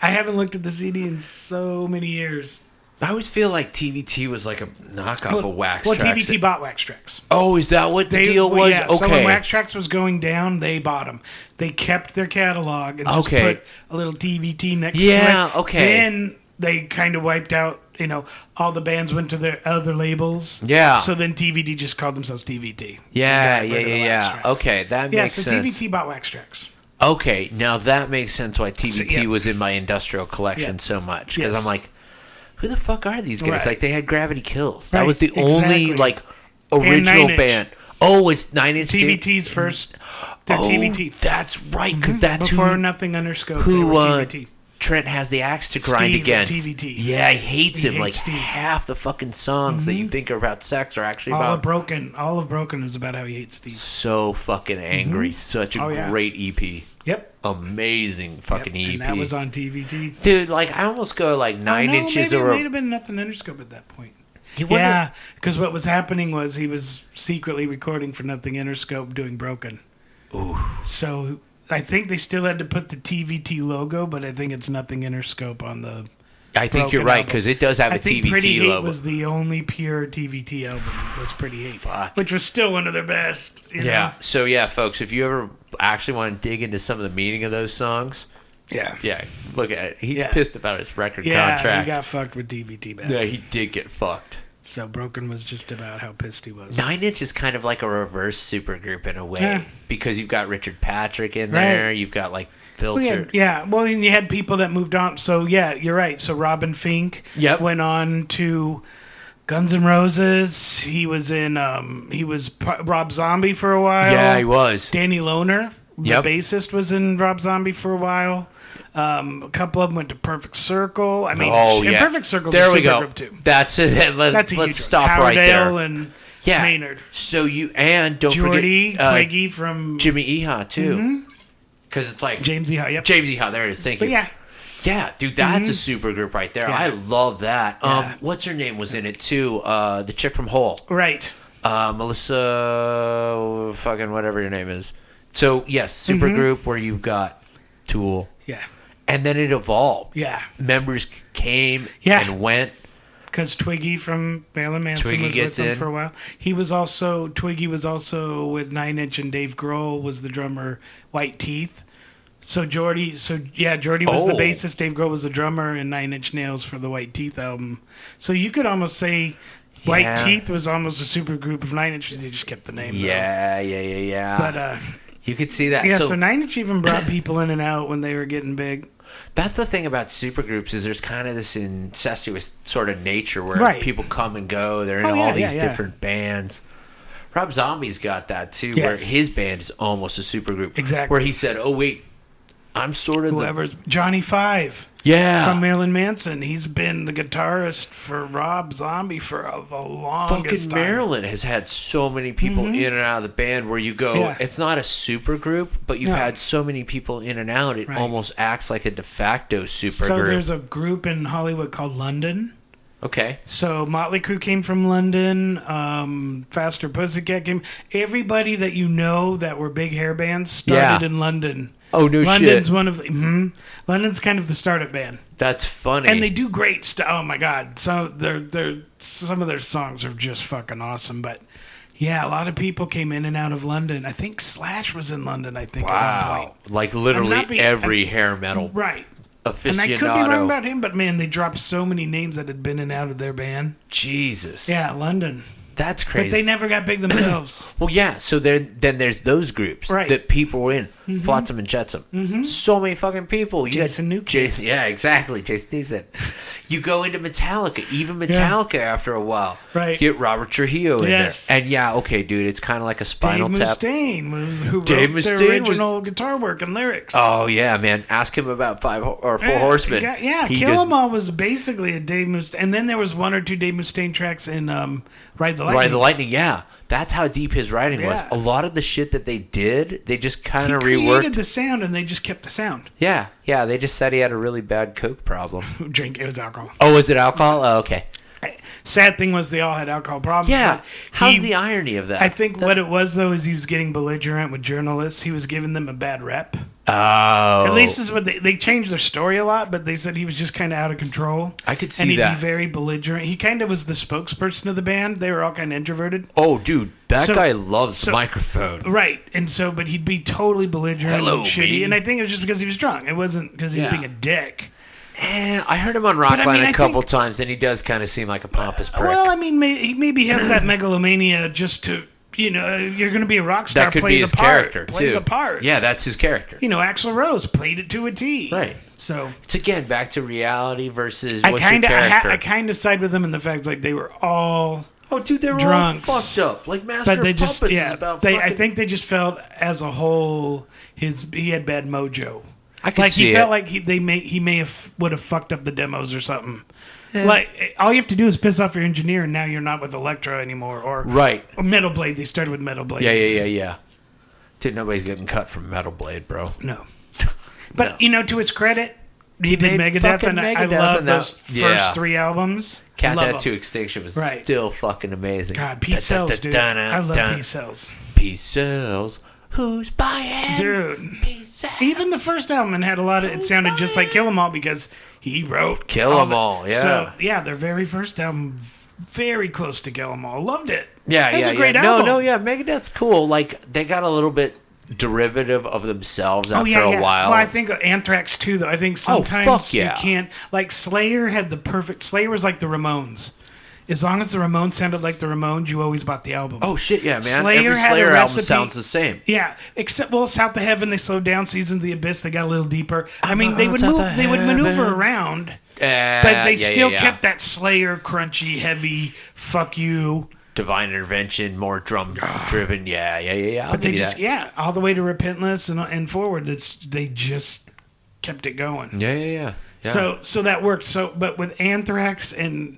I haven't looked at the CD in so many years. I always feel like TVT was like a knockoff of Wax. Well, Trax. TBT bought Wax Trax. Oh, is that what the They- deal well, was? yeah, So when okay. Wax Trax was going down, they bought them. They kept their catalog and just Okay. put a little TBT next to it. Yeah, okay. Then they kind of wiped out, you know, all the bands went to their other labels. Yeah. So then TVD just called themselves TVT. yeah, They yeah, got rid of yeah, the yeah. Wax Trax. Okay, that Yeah, makes so sense. TVT bought Wax Trax. Okay, now that makes sense why TBT yeah. was in my industrial collection Yeah. so much because Yes. I'm like, who the fuck are these guys? Right. Like they had Gravity Kills. That Right, was the only exactly. like And Nine original Inch. band. Oh, it's Nine Inch Nails? TVT's first. The Oh, TVT. That's right, because that's Mm-hmm. Before who, Nothing Under Scope. they who were uh, TVT. Trent has the axe to grind Steve at against. TVT. Yeah, he hates He him. hates like Steve. Mm-hmm. half the fucking songs that you think are about sex are actually All about of Broken. All of Broken is about how he hates Steve. so fucking angry. Such a Oh, yeah. great EP. Yep. Amazing fucking E EP. And that was on TVT. Dude, like I almost go like nine Oh, no, inches maybe or it might have been nothing underscope at that point. You wonder- Yeah, because what was happening was he was secretly recording for Nothing Interscope doing Broken. Ooh. So I think they still had to put the TVT logo, but I think it's Nothing Interscope on the. I think you're Broken right album. because it does have a I think TVT Pretty Hate logo. was the only pure TVT album. Was Pretty Hate, Fuck. which was still one of their best. you yeah. know? So yeah, folks, if you ever actually want to dig into some of the meaning of those songs, yeah, yeah, look at it. He's Yeah. pissed about his record yeah. contract. He got fucked with TVT back. yeah, he did get fucked. So Broken was just about how pissed he was. Nine Inch is kind of like a reverse supergroup in a way Yeah. because you've got Richard Patrick in Right. there, you've got like We Filter. had- yeah, well, and you had people that moved on. So yeah, you're right. So Robin Fink Yep. went on to Guns N' Roses. He was in. Um, he was p- Rob Zombie for a while. Yeah, he was. Danny Lohner, the Yep. bassist, was in Rob Zombie for a while. Um, a couple of them went to Perfect Circle. I mean, Oh and yeah, Perfect Circle. There we go. Group too. That's it. [LAUGHS] Let, That's a let's huge one. stop right there. Howardale and yeah. Maynard. So you and don't Jordy forget uh, Twiggy from Jimmy Eha too, because it's like James E. Hart. Yep. James Eha. There it is. Thank but you. yeah, Mm-hmm. Yeah, dude, that's a super group right there. I love that. Yeah. Um, what's her name was in it too? Uh, the chick from Hole, right. uh, Melissa, fucking whatever your name is. So yes, super Mm-hmm. group where you've got Tool, Yeah, and then it evolved. yeah. Members c- came Yeah. and went. because Twiggy from Marilyn Manson Twiggy was gets with them in. for a while. He was also Twiggy was also with Nine Inch and Dave Grohl was the drummer. White Teeth. So Jordy, so yeah, Jordy was the Oh. bassist. Dave Grohl was the drummer, and Nine Inch Nails for the White Teeth album. So you could almost say White Yeah. Teeth was almost a super group of Nine Inch. They just kept the name. though. Yeah, yeah, yeah, yeah. But uh, you could see that. yeah, so, so, Nine Inch even brought people in and out when they were getting big. that's the thing about supergroups is there's kind of this incestuous sort of nature where Right. people come and go. They're in Oh, all yeah, yeah, these yeah. different bands. Rob Zombie's got that too, where Yes. his band is almost a supergroup. Exactly. Where he said, "Oh wait, I'm sort of the, Whoever's Johnny Five. yeah. From Marilyn Manson. He's been the guitarist for Rob Zombie for a, the longest fucking time. Mm-hmm. Maryland has had so many people in and out of the band where you go, Yeah. it's not a super group, but you've No. had so many people in and out, it Right. almost acts like a de facto super So group. there's a group in Hollywood called London. Okay. So Motley Crue came from London. Um, Faster Pussycat came. Everybody that you know that were big hair bands started Yeah. in London. Oh, no London's shit. one of the, mhm. London's kind of the startup band, That's funny. and they do great stuff. Oh my god! So their their some of their songs are just fucking awesome. But yeah, a lot of people came in and out of London. I think Slash was in London. I think at one wow. point. Like literally I'm not being- every hair metal Right. And I aficionado. could be wrong about him, but man, they dropped so many names that had been in and out of their band. Jesus. Yeah, London. That's But crazy. they never got [COUGHS] big themselves. Well, yeah. So there, then there's those groups Right. Mm-hmm. that people were in. Flotsam and Jetsam. So many fucking people. You got- Jason Newsted. Jason, yeah, exactly. Jason [LAUGHS] Newsted. you go into Metallica. Even Metallica, after a while, Right. Get Robert Trujillo in Yes. there, and yeah, okay, dude, it's kind of like a Dave Spinal Tap. Mustaine was who wrote Dave Mustaine was- their original guitar work and lyrics. Oh yeah, man. Ask him about five Ho- or four Yeah, horsemen. Eh, Yeah, yeah He Kill 'Em does- All was basically a Dave Mustaine, and then there was one or two Dave Mustaine tracks in um, Ride the Lightning. Ride the lightning, yeah. That's how deep his writing was. Yeah. A lot of the shit that they did, they just kind He of created reworked. the sound, and they just kept the sound. [LAUGHS] yeah, yeah. They just said he had a really bad coke problem. Drink it was alcohol. oh, was it alcohol? Oh, okay. Sad thing was they all had alcohol problems. Yeah. but How's he- the irony of that? I think what it was though is he was getting belligerent with journalists. He was giving them a bad rep. oh, At least this is what they, they changed their story a lot, but they said he was just kind of out of control. I could and see he'd that. be very belligerent. He kind of was the spokesperson of the band. They were all kind of introverted, oh, dude, that So- guy loves the so- microphone. right? And so, but he'd be totally belligerent, Hello, and me. shitty. And I think it was just because he was drunk. It wasn't because he was Yeah. being a dick. Eh, I heard him on I Rockline mean, a I couple think- times, and he does kind of seem like a pompous prick. Well, I mean, may, he maybe has that [CLEARS THROAT] megalomania just to you know you're going to be a rock star. that could play be the his part, character play too. the part. Yeah, that's his character. You know, Axl Rose played it to a T. Right. So It's again back to reality versus I what's kind of your I, ha- character. I kind of side with them in the fact like they were all oh, dude, they were drunks. all fucked up. Like Master but they just Puppets is yeah about they fucking. I think they just felt as a whole his he had bad mojo. I could like see he it. felt like he they may he may have would have fucked up the demos or something. Like all you have to do is piss off your engineer, and now you're not with Electro anymore or right. or Metal Blade. They started with Metal Blade. Yeah, yeah, yeah, yeah. Dude, nobody's getting cut from Metal Blade, bro. [LAUGHS] No, but No. you know, to his credit, he did made Megadeth, fucking and I- I Megadeth, love and that- those first Yeah. three albums. Count Love that 'em. to Extinction was Right. still fucking amazing. God, peace sells, dude. I love peace sells, Peace sells. Who's buying? dude. Peace sells. Even the first album had a lot of. It sounded just like Kill 'Em All because he wrote Kill 'em all, yeah. So yeah, their very first album, very close to Kill 'Em All. Loved it. Yeah, That's yeah, a great yeah. album. No, no, yeah. Megadeth's cool. Like they got a little bit derivative of themselves after Oh yeah, a yeah. while. Oh, Well, I think Anthrax too, though. I think sometimes fuck yeah. you can't. Like Slayer had the perfect. Slayer was like the Ramones. As long as the Ramones sounded like the Ramones, you always bought the album. oh shit, yeah, man. Slayer Every had a Slayer album recipe- sounds the same. Yeah, except well, South of Heaven they slowed down. Seasons of the Abyss they got a little deeper. I mean, they would Uh, South move, of they would maneuver Heaven. around, Uh, but they yeah, still yeah, yeah. kept that Slayer crunchy, heavy "fuck you." Divine Intervention, more drum driven. Yeah, yeah, yeah, yeah. I'll But they give you just that. yeah, all the way to Repentless and and forward. It's they just kept it going. yeah, yeah, yeah. yeah. So so that worked. So but with Anthrax and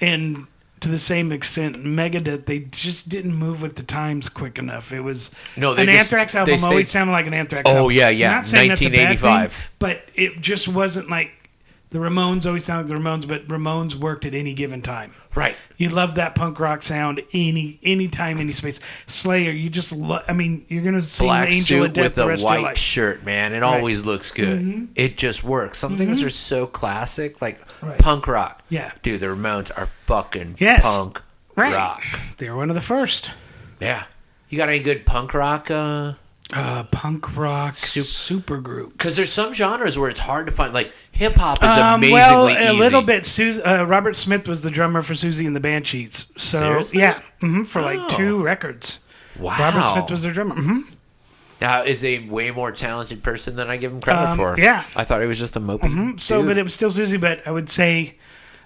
and to the same extent Megadeth, they just didn't move with the times quick enough. It was No, they an just- Anthrax they album stayed- always sounded like an Anthrax. Oh, album. yeah, yeah, I'm not saying that's a bad thing, 1985. but it just wasn't like the Ramones always sounded like the Ramones, but Ramones worked at any given time. right. You love that punk rock sound any any time, any space. Slayer, you just love. I mean, you're gonna sing Black the Angel suit of Death with the a rest of your white life. Mm-hmm. shirt, man. It always looks good. It just works. Some things are so classic, like Right. punk rock. Yeah. dude, the Ramones are fucking Yes. punk right. rock. They were one of the first. Yeah. You got any good punk rock? Uh, uh, punk rock super group. Because there's some genres where it's hard to find. Like hip hop is amazingly Um, well, a easy. little bit. Sus- uh, Robert Smith was the drummer for Susie and the Banshees. So Seriously? yeah, hmm for like Oh. two records. Wow. Robert Smith was their drummer. hmm Now, is a way more talented person than I give him credit Um, for. yeah. Mm-hmm. I thought he was just a mopey. So, dude. but it was still Susie. But I would say,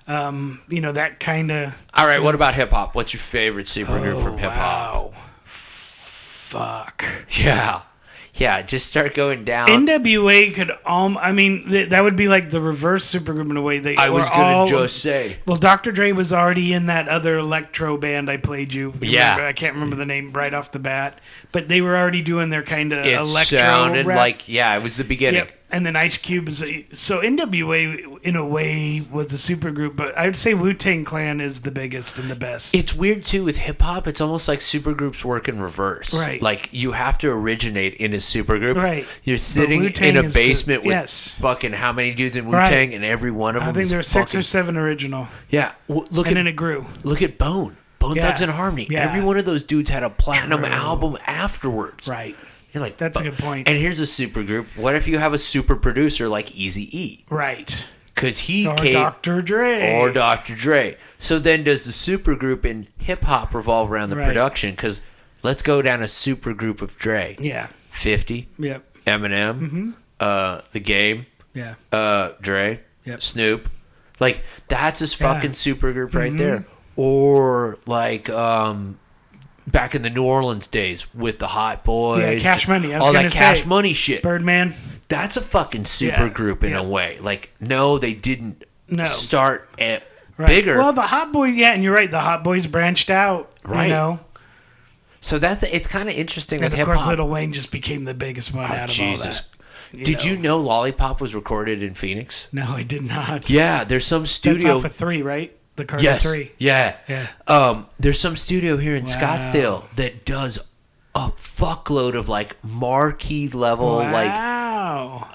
um, you know, that kind of all right. What about hip hop? What's your Oh, favorite supergroup from hip hop? Fuck. Yeah. yeah, just start going down. NWA could all. I mean, th- that would be like the reverse supergroup in a way. They I was were gonna all- just say. Well, Dr. Dre was already in that other electro band I played you. you Yeah. remember? I can't remember the name right off the bat, but they were already doing their kind of It electro. sounded rap. like yeah, it was the beginning. Yep. And then Ice Cube is a, so NWA in a way was a supergroup, but I'd say Wu Tang Clan is the biggest and the best. It's weird too with hip hop. It's almost like supergroups work in reverse. Right. Like you have to originate in a supergroup. Right. You're sitting Wu-Tang in a is the- basement with yes. fucking how many dudes in Wu Right. Tang, and every one of them. I think is there were six fucking- or seven original, Yeah. W- look and at then it grew. look at Bone. Bone Yeah. Thugs and Harmony. Yeah. Every one of those dudes had a platinum True. album afterwards. Right. You're like That's a "Bu-" good point. And here's a supergroup. What if you have a super producer like Easy E? Right. Because he Or came Dr. Dre. or Dr. Dre. So then, does the supergroup in hip hop revolve around the Right. production? Because let's go down a supergroup of Dre, Yeah. Mm-hmm. Fifty, Yep. Eminem, uh, The Game, Yeah. uh, Dre, Yep. Snoop. Like that's his Yeah. Mm-hmm. fucking supergroup right there. Or like um, back in the New Orleans days with the Hot Boys, Cash Money. I was all gonna that say. Cash Money shit. Birdman. That's a fucking supergroup in yeah. a way. Like no, they didn't No. start at Right. bigger. Well, the Hot Boy. Yeah, and you're right. The Hot Boys branched out. Right. You know, So that's it's kind of interesting and with of hip course, hop. Little Wayne just became the biggest one out of all Oh, Jesus, that. did know. you know Lollipop was recorded in Phoenix? No, I did not. Yeah, there's some That's studio. off of three, right? The Cars yes, three. yeah, Yeah. Um, there's some studio here in Wow. Scottsdale that does a fuckload of like marquee level like wow.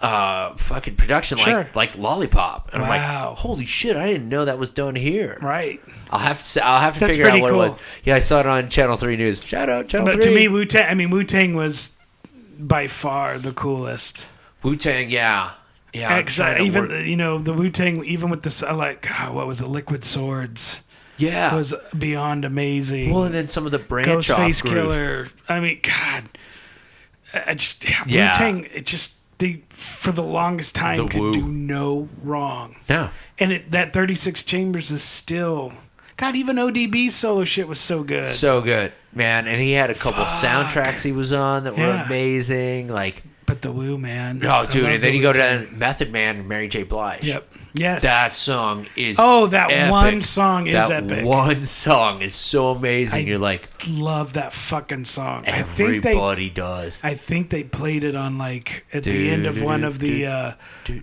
uh fucking production Sure. like like Lollipop, and I'm Wow. like, holy shit, I didn't know that was done here. right. I'll have to s- I'll have to That's figure out pretty what it was. cool. Yeah, I saw it on Channel Three News. Shout out Channel But Three. to me, Wu Tang. I mean, Wu Tang was by far the coolest. Wu Tang, yeah, yeah. I'm Ex- trying to even work- you know the Wu Tang, even with this, I like God, what was it? Liquid Swords yeah. was beyond amazing. Well, and then some of the branch off Ghostface groove. Killer. I mean, God, I I just Yeah. Wu Tang. It just they for the longest time The could Wu. do no wrong, No, and it, that thirty six chambers is still. God, even ODB solo shit was so good. so good, man. And he had a couple soundtracks he was on that were Yeah. amazing. Like, but the Wu man. I oh, dude, love and then the you go Wu Tang. down Method Man and Mary J. Blige. Yep. Yes. That song is Oh, that epic. one song is that epic. One song is so amazing. I- You're like love that fucking song. I think they everybody does. I think they played it on like at the end of one of the uh,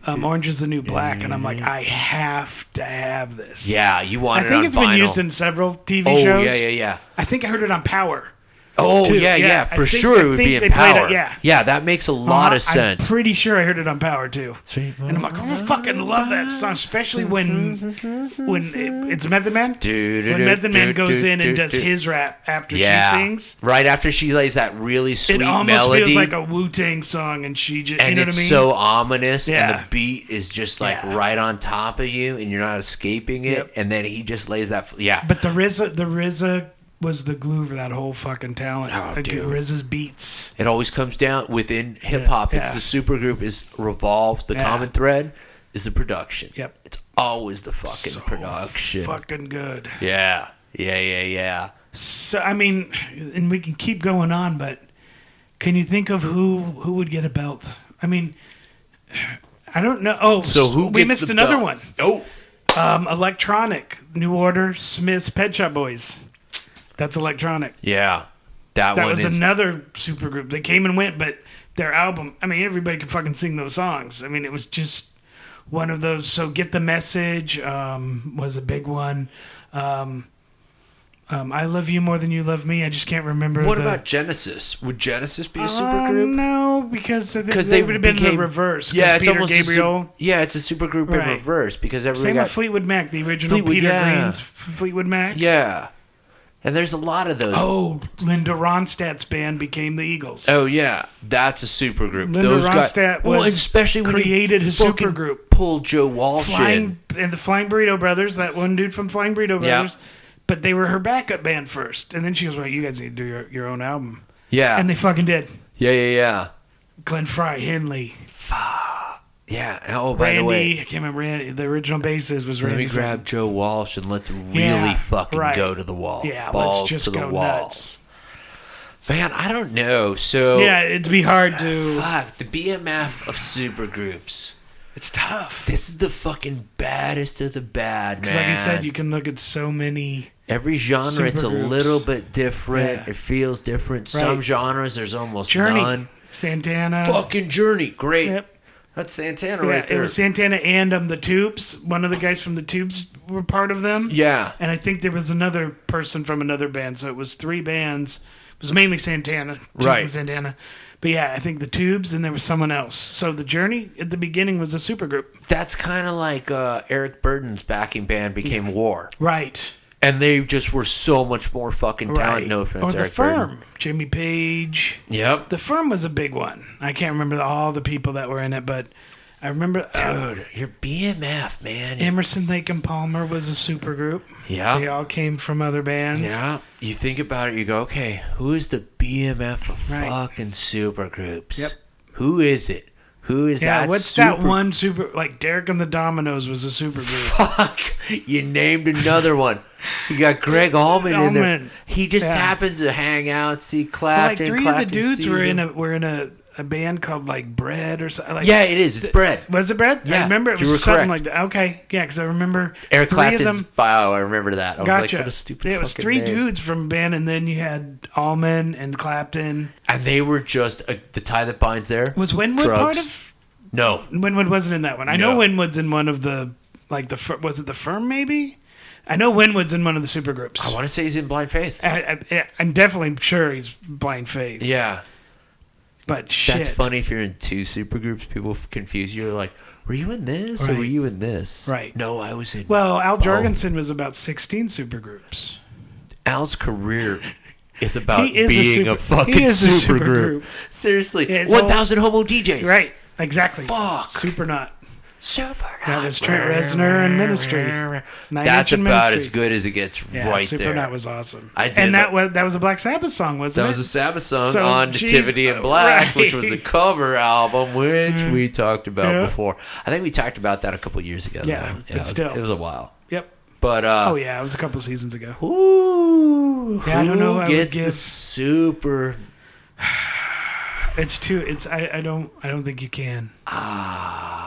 um, Orange is the New Black, and I'm like, I have to have this. Mm-hmm. yeah, you want I it think on it's vinyl. been used in several TV oh shows. yeah, yeah, yeah. I think I heard it on Power. Oh Dude, yeah, yeah, yeah, I for think- sure I it would think be they in played it, power. yeah. Uh-huh, yeah, that makes a lot of Uh, I'm sense. pretty sure I heard it on Power too. Sweet And I'm like, oh, fucking love that song, especially when when it, it's Method Man. Do, do, When do, Method do, Man goes do, in do, and does do. his rap after yeah. she sings. Right after she lays that really sweet It almost melody. feels like a Wu Tang song, and she just and you know it's what I mean. so ominous, and Yeah. the beat is just like Yeah. right on top of you, and you're not escaping it. Yep. And then he just lays that, f- yeah, But the RZA, the RZA was the glue for that whole fucking talent. Oh, Like, dude. RZA's beats. It always comes down within hip hop. yeah. It's the supergroup is revolves. The Yeah. common thread is the production. Yep. It's always the fucking So production. Fucking good. Yeah. Yeah. Yeah. Yeah. So I mean, and we can keep going on, but can you think of who who would get a belt? I mean, I don't know. Oh, So who? we gets missed the another belt? one. Oh. Um, electronic, New Order, Smiths, Pet Shop Boys. That's electronic. Yeah. That, That one was is. another supergroup. They came and went, but their album, I mean, everybody could fucking sing those songs. I mean, it was just one of those. So Get the Message um, was a big one. Um, um, I Love You More Than You Love Me. I just can't remember. what the, about Genesis? Would Genesis be a Uh, supergroup? no, because I think Because they, they would have been became- the reverse. 'cause yeah, it's Peter almost a su- Gabriel. yeah, it's a supergroup in Right. reverse because everyone Same got with Fleetwood Mac, the original Fleetwood, Peter yeah. Green's F- Fleetwood Mac. yeah, and there's a lot of those. Oh, Oh, Linda Ronstadt's band became the Eagles. yeah, that's a supergroup. Linda those Ronstadt got well, was- especially when created you a fucking supergroup. Pull Joe Walsh in. Flying and the Flying Burrito Brothers, that one dude from Flying Burrito Yeah. Brothers. But they were her backup band first, and then she goes, "Well, you guys need to do your, your own album," Yeah. and they fucking did. yeah, yeah, yeah. Glenn Fry, Henley, Yeah. and- Oh, by the Randy. way, I can't remember Randy. The original bassist was let Randy. me grab Joe Walsh and let's really Yeah, fucking right. go to the wall. Yeah, Balls let's just to the go wall. nuts. Man, I don't know. So Yeah, it'd be hard [SIGHS] to. fuck the BMF of supergroups. It's tough. This is the fucking baddest of the bad, man. Because, like I said, you can look at so many. Every genre, it's a Supergroups. little bit different. Yeah. It feels different. Some Right. genres, there's almost Journey, none. Santana. Fucking Journey, great. Yep. That's Santana Yeah, right it there. was Santana and um the Tubes. One of the guys from the Tubes were part of them. yeah, And I think there was another person from another band, so it was three bands. It was mainly Santana, two Right. From Santana, but yeah, I think the Tubes, and there was someone else. So the Journey at the beginning was a supergroup, that's kind of like uh, Eric Burden's backing band became War, right? and they just were so much more fucking Right. talented. No offense, or the Eric Firm, Burden. Jimmy Page. Yep. The Firm was a big one. I can't remember all the people that were in it, but I remember uh, Dude, you're BMF, man. Emerson, Lake, and Palmer was a supergroup. Yeah. they all came from other bands. Yeah, you think about it, you go, okay, who is the BMF of Right. fucking supergroups? Yep. Who is it? Who is Yeah, that? what's that super- one super like Derek and the Dominoes was a supergroup. Fuck, you named another one. You got Greg Allman in there. Allman. He just Yeah. happens to hang out, see Well, like Clapton. three of Clapton the dudes sees were in him. a were in a, a band called like Bread or something. Like, Yeah, it is. It's Brett. was it Bread? I Yeah, remember it you was were something correct. like that. Okay, yeah, because I remember Eric three of Clapton's them. bio. I remember that. I was Gotcha. Like, what a stupid. yeah, it was fucking three name. dudes from a band, and then you had Allman and Clapton. and they were just uh, the tie that binds there. Was Winwood part Drugs. of? no? Winwood wasn't in that one. I know No. Winwood's in one of the like the fir- was it the firm maybe? I know Winwood's in one of the supergroups. I want to say he's in Blind Faith. I, I, I'm definitely sure he's blind faith, Yeah, but shit. That's funny if you're in two supergroups, people f- confuse you. They're like, "Were you in this or were Right. you in this?" Right. No, I was in. Well, Al both. Jorgensen was about 16 supergroups. Al's career is about He is a being a, super- he fucking is a supergroup. Seriously, Yeah, it's one thousand homo DJs. Right. Exactly. Fuck. Supernaut. Super. That was Trent Reznor and Ministry. Nine That's Inch and about as Ministry. good as it gets. Yeah, right Supernaut there. was awesome. I did and that it. was that was a Black Sabbath song, wasn't That it? was a Sabbath song So, on geez, Nativity in uh, Black, which was a right. Mm. cover album, which we talked about Yeah. before. I think we talked about that a couple years ago. Yeah, though. but it was, still. it was a while. yep. But uh, Oh yeah, it was a couple seasons ago. Ooh, Yeah, I don't know who who I would gets the give- super. It's too. It's I, I don't I don't think you can. Ah.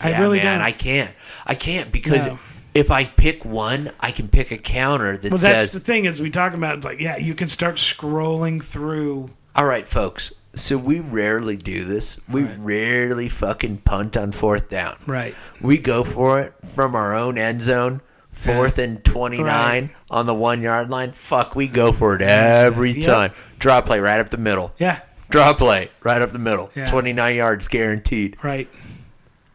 I Yeah, really man, don't. I can't. I can't because No. if I pick one, I can pick a counter that well, that's says, the thing is we talk about it's like yeah you can start scrolling through "All right, folks." So we rarely do this. We rarely fucking punt on fourth down. right We go for it from our own end zone, fourth and 29 Right. on the one yard line. Fuck, we go for it every Yep. time. Draw play right up the middle. yeah Draw play right up the middle. Yeah. 29 yards guaranteed. right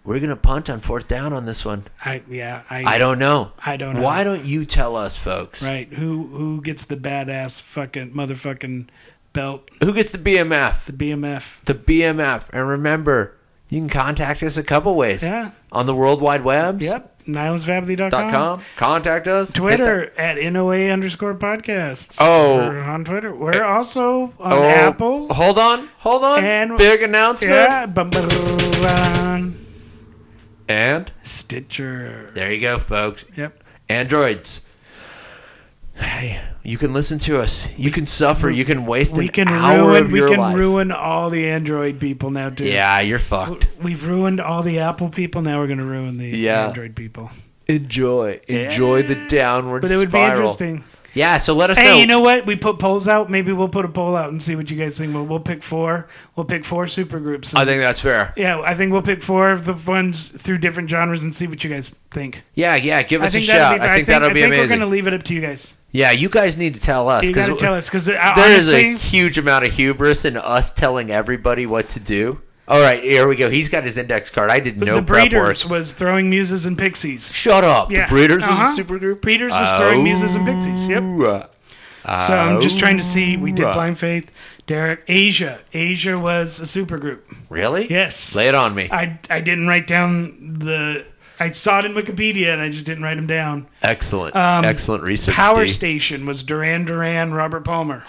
We're going to punt on fourth down on this one. I yeah I I don't know. I don't know. Why don't you tell us, folks? Right. Who who gets the badass fucking motherfucking belt? Who gets the BMF? The BMF. The BMF. And remember, you can contact us a couple ways. Yeah. On the World Wide Web. Yep. NilesFably.com. Dot com. Contact us. Hit Twitter at NOA underscore podcasts. Oh. We're on Twitter. We're also on that- Oh, Apple. Hold on. Hold on. And- Big announcement. yeah. bum, bum, bum. And Stitcher. there you go, folks. Yep. Androids. Hey, you can listen to us. You can suffer. You can waste We an can hour ruin of we your can life. ruin all the Android people now too. yeah, you're fucked. We've ruined all the Apple people. Now we're gonna ruin the Yeah. Android people. Enjoy. Enjoy the Yes. downward But it would spiral. be interesting. Yeah, so let us Hey, know. you know what? We put polls out. Maybe we'll put a poll out and see what you guys think. We'll, we'll pick four. We'll pick four supergroups. I think that's fair. yeah, I think we'll pick four of the ones through different genres and see what you guys think. Yeah, yeah. Give I us a think shout. that'll be, I think that'll I be think amazing. we're gonna leave it up to you guys. Yeah, you guys need to tell us. You 'cause gotta tell us because There is honestly, a huge amount of hubris in us telling everybody what to do. All right, here we go. He's got his index card. I did no the prep work. Breeders was throwing muses and pixies. Shut up. Yeah. The Breeders Uh-huh. was a supergroup. Breeders was throwing muses and pixies. Yep. Yep. So I'm just trying to see. We did Alright. Blind Faith, Derek, Asia. Asia was a supergroup. Really? Yes. Uh, Lay it on me. I I didn't write down the. I saw it in Wikipedia and I just didn't write them down. Excellent. Um, Excellent research. Power D. Station was Duran Duran, Robert Palmer.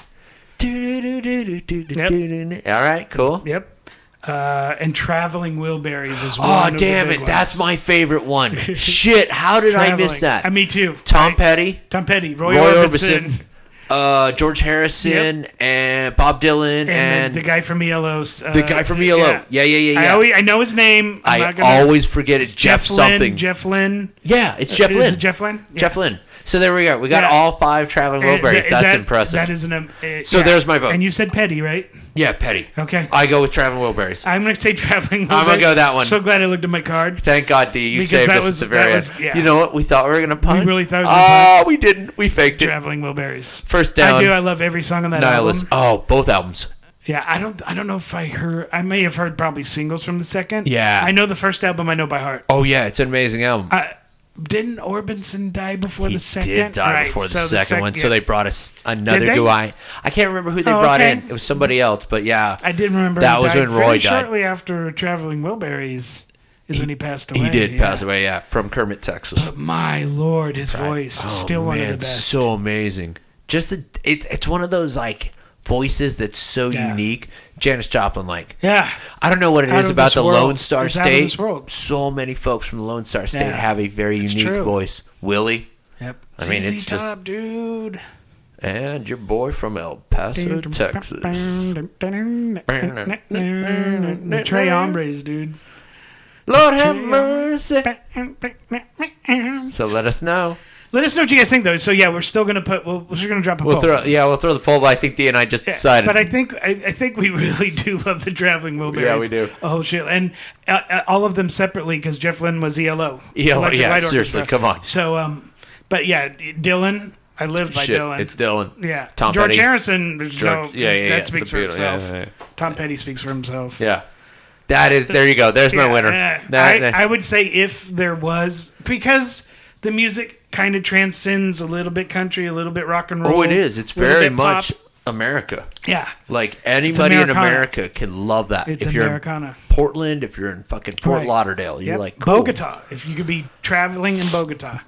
Yep. All right, cool. Yep. Uh, and Traveling Wilburys is one. Oh, of the damn big it. ones. That's my favorite [LAUGHS] one. Shit, how did I miss Traveling. that? Uh, me too. Tom Right. Petty, Tom Petty, Roy, Roy Orbison. Orbison, uh, George Harrison and Bob Dylan and, And, the, the, the guy from ELO. Uh, guy from ELO. Yeah, yeah, yeah, yeah. I, always, I know his name. I'm I not gonna, always forget it's Jeff, Lynne, something. Jeff Lynne. yeah, it's Jeff Is Lynn. it Jeff Lynne? Yeah. Jeff Lynne. So there we go. We got Yeah. all five traveling Uh, Wilburys. that- That's that- impressive. That is an. Um, uh, So there's my vote. And you said Petty, right? yeah, Petty. Okay. Uh, I go with traveling Wilburys. I'm gonna say [LAUGHS] traveling. I'm gonna Wilburys. go that one. So glad I looked at my card. Thank God, D, you Because saved that us was- at the very that was- end. yeah. You know what? We thought we were gonna punt. really thought we were gonna Oh, we didn't. We faked it. Traveling Wilburys. First down. I do. I love every song on that Nihilist. album. Oh, both albums. Yeah, I don't. I don't know if I heard. I may have heard probably singles from the second. Yeah. I know the first album. I know by heart. Oh yeah, it's an amazing album. I, didn't Orbison die before he the second? did die Right, before the so second sec- one, yeah. so they brought us another Did they? guy. I can't remember who they Oh, brought okay. in. It was somebody else, but yeah, I did remember That he was died when Roy fairly died. Shortly after Traveling Wilburys is when he passed away. he did yeah. pass away. Yeah, from Kermit, Texas. My lord, his voice is still one of the best. Oh, so amazing. Just the, it's it's one of those like voices that's so Yeah. unique. Janice Joplin, like yeah, I don't know what it Out is of about this the world. Lone Star It's out of State. this world. So many folks from the Lone Star State Yeah. have a very It's unique true. voice. Willie yep. I mean, ZZ it's just- top, dude. and your boy from El Paso, Texas. The Trey Hombres, dude. Lord have mercy. So let us know. Let us know what you guys think, though. So yeah, we're still gonna put. We'll, we're gonna drop a We'll poll. throw, yeah, we'll throw the poll. But I think D and I just Yeah, decided. But I think I, I think we [LAUGHS] really do love the traveling Wilburys. Yeah, we do. A whole shit, and uh, uh, all of them separately because Jeff Lynne was ELO. ELO, Electric E yeah, Light Orchestra. seriously, come on. So, um, but yeah, Dylan, I live by Shit, Dylan. it's Dylan. yeah, Tom George Petty. Harrison. There's George- no, yeah, yeah, that yeah, speaks the for Beatles, yeah, itself. yeah, yeah. Tom Petty speaks for himself. Yeah, that is. There you go. There's my Yeah, winner. yeah. That- that- I, I would say if there was because the music kind of transcends a little bit country, a little bit rock and roll. oh, it is. It's a little very bit pop. much America. yeah. Like anybody in Americana. America can love that. It's if you're Americana. in Portland, if you're in fucking Fort Right. Lauderdale, you're Yep. like cool. Bogota. If you could be traveling in Bogota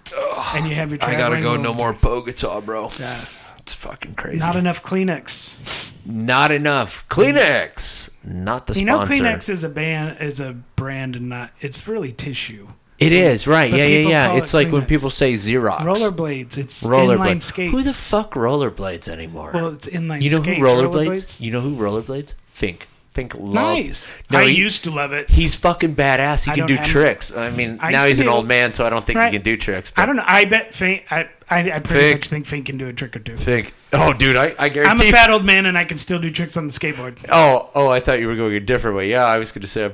and you have your I gotta traveling, go. No Bogota. more Bogota, bro. It's fucking crazy. Not enough Kleenex. Not enough. Kleenex. Not the You know, sponsor. Kleenex is a band, is a brand, and not. It's really tissue. It is right. But yeah, yeah, people yeah. call It's it like when Kleenex. people say Xerox. Rollerblades. It's inline rollerblades. skates. Who the fuck rollerblades anymore? Well, it's inline. you know skates. who rollerblades? You know who rollerblades? Fink. Fink loves. Nice. No, I he- used to love it. He's fucking badass. He I can don't do have- tricks. I mean, I now used he's to an be- old man, so I don't think Right. he can do tricks. But I don't know. I bet Fink. I I, I pretty Fink. much think Fink can do a trick or two. Fink. Oh, dude, I, I guarantee. I'm a fat old man, and I can still do tricks on the skateboard. Oh, oh, I thought you were going a different way. Yeah, I was going to say.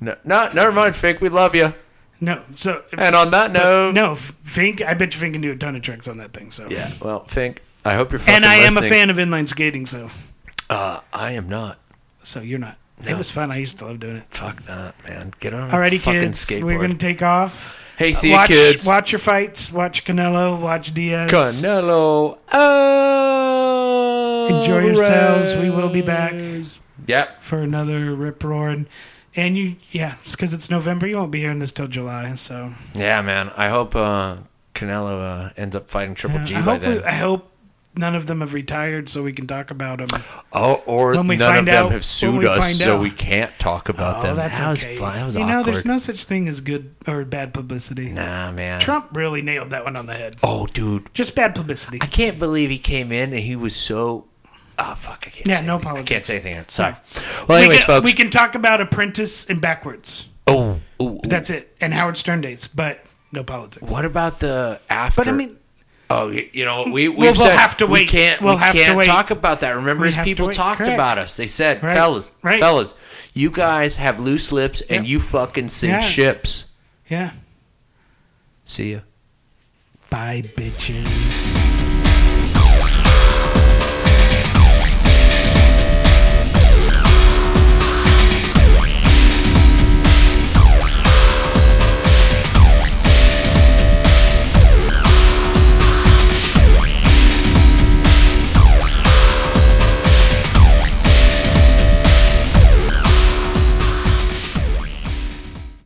No, no, never mind, Fink. We love you. No, so And on that note, no Fink. I bet you Fink can do a ton of tricks on that thing. So Yeah. Well, Fink. I hope you're. Fucking and I am a listening. fan of inline skating, so Uh, I am not. so you're not. It was fun. I used to love doing it. Fuck that, man. Get on. a Alrighty, fucking kids, Skateboard. we're gonna take off. Hey, see watch, you, kids. Watch your fights. Watch Canelo. Watch Diaz. Canelo. Oh, Enjoy yourselves. We will be back. Yep. for another rip roaring. And you, yeah, it's because it's November. You won't be hearing this till July, so Yeah, man. I hope uh, Canelo uh, ends up fighting Triple Yeah, G by I, hope we- uh, then. I hope none of them have retired, so we can talk about them. Oh, or when we none of find them out- have sued when we us, find so out. we can't talk about Oh, them. that's that was okay. fun. That was you awkward. know, there's no such thing as good or bad publicity. nah, man. Trump really nailed that one on the head. Oh, dude. Just bad publicity. I can't believe he came in and he was so. Oh, fuck. I can't Yeah, say no anything. I can't apologies. say anything. Sorry. Well, anyways, we can, folks. we can talk about Apprentice and Backwards. oh, ooh, ooh. That's it, and Howard Stern dates, but no politics. What about the after? But I mean, Oh, y- you know, we we've we'll said have to We wait. can't We'll we have to can't wait. talk about that. Remember, We as have to people wait. talked Correct. about us, they said, Right. "Fellas, Right. fellas, you guys have loose lips and Yep. you fucking sink Yeah. ships." yeah. See ya. Bye, bitches.